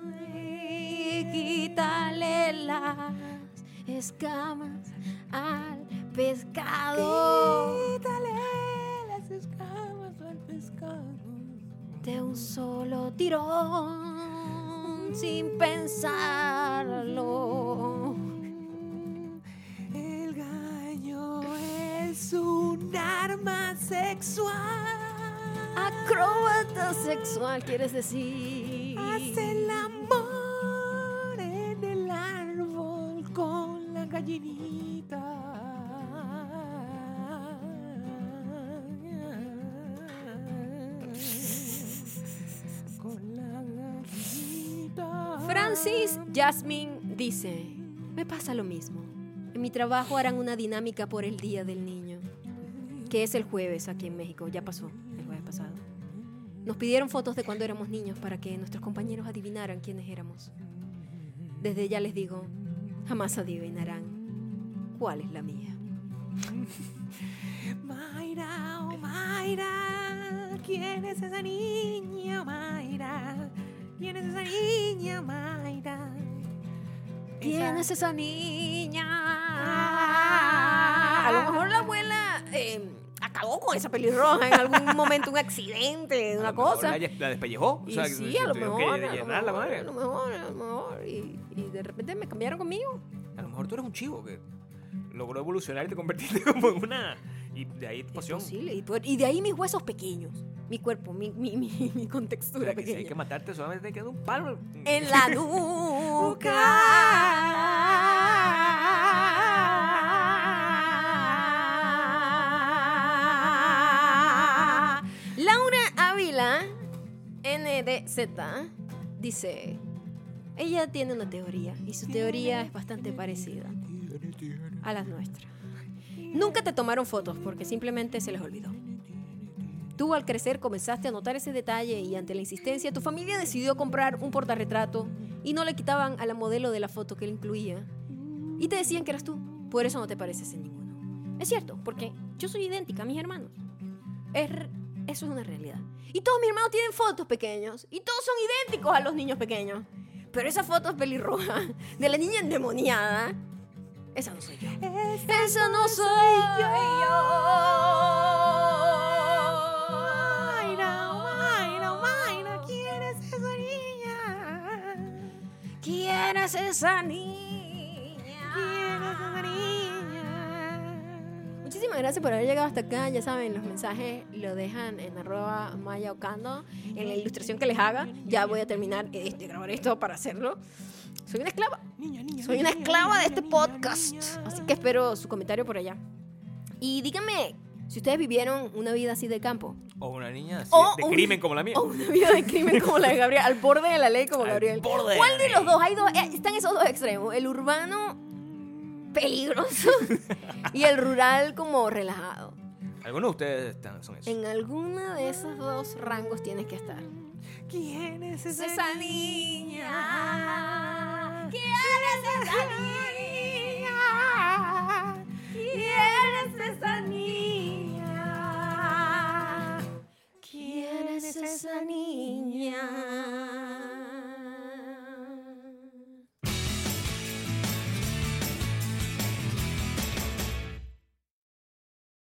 A: Ay, quítale las escamas al pescado. Quítale las escamas al pescado. De un solo tirón, sin pensarlo.
B: El gallo es un arma sexual.
A: Acróbata sexual, quieres decir.
B: el amor en el árbol con la gallinita. Con la gallinita.
A: Francis Jasmine dice, me pasa lo mismo. En mi trabajo harán una dinámica por el Día del Niño, que es el jueves aquí en México, ya pasó, el jueves pasado. Nos pidieron fotos de cuando éramos niños para que nuestros compañeros adivinaran quiénes éramos. Desde ya les digo, jamás adivinarán cuál es la mía.
B: Mayra, oh Mayra, ¿quién es esa niña, Mayra? ¿Quién es esa niña, Mayra?
A: ¿Quién
B: Esa-
A: es esa
B: Ah.
A: niña? A lo mejor la abuela eh, acabó con esa pelirroja en algún momento, un accidente, una cosa.
B: La, la despellejó.
A: Y
B: o sea, que
A: sí, a lo
B: tuvieron que
A: mejor, a lo
B: llenar la
A: mejor,
B: madre.
A: a lo mejor, a lo mejor. Y, y de repente me cambiaron conmigo.
B: A lo mejor tú eres un chivo que logró evolucionar y te convertiste como en una. Y de ahí
A: Es
B: pasión.
A: posible, Y, pues por- y de ahí mis huesos pequeños, mi cuerpo, mi, mi, mi, mi
B: O
A: contextura
B: sea, que si
A: pequeña.
B: hay que matarte, solamente te queda un palo.
A: En la nuca. Laura Ávila, NDZ, dice, ella tiene una teoría y su teoría es bastante parecida a la nuestra. Nunca te tomaron fotos porque simplemente se les olvidó. Tú al crecer comenzaste a notar ese detalle y ante la insistencia tu familia decidió comprar un portarretrato y no le quitaban a la modelo de la foto que le incluía. Y te decían que eras tú. Por eso no te pareces en ninguno. Es cierto, porque yo soy idéntica a mis hermanos. Es r- eso es una realidad. Y todos mis hermanos tienen fotos pequeños y todos son idénticos a los niños pequeños. Pero esa foto pelirroja de la niña endemoniada, esa no soy yo. Esa no soy yo. Mayra, Mayra, Mayra, ¿quién es esa niña? ¿Quién es esa niña? Muchísimas gracias por haber llegado hasta acá. Ya saben, los mensajes lo dejan en arroba maya Ocando, en la ilustración que les haga. Ya voy a terminar eh, de grabar esto para hacerlo. Soy una esclava. Soy una esclava de este podcast. Así que espero su comentario por allá. Y díganme si ustedes vivieron una vida así de campo.
B: O una niña así,
A: O
B: de
A: un-
B: crimen como la mía.
A: O una vida de crimen como la de Gabriel, al borde de la ley como
B: Al
A: Gabriel.
B: borde de
A: ¿Cuál
B: la
A: de
B: ley.
A: los dos? Hay dos, eh, están esos dos extremos. El urbano peligroso y el rural como relajado.
B: Algunos de ustedes están, son eso.
A: En alguna de esos dos rangos tienes que estar.
B: ¿Quién es
A: esa niña? ¿Quién es esa niña? ¿Quién es esa niña? ¿Quién es esa niña?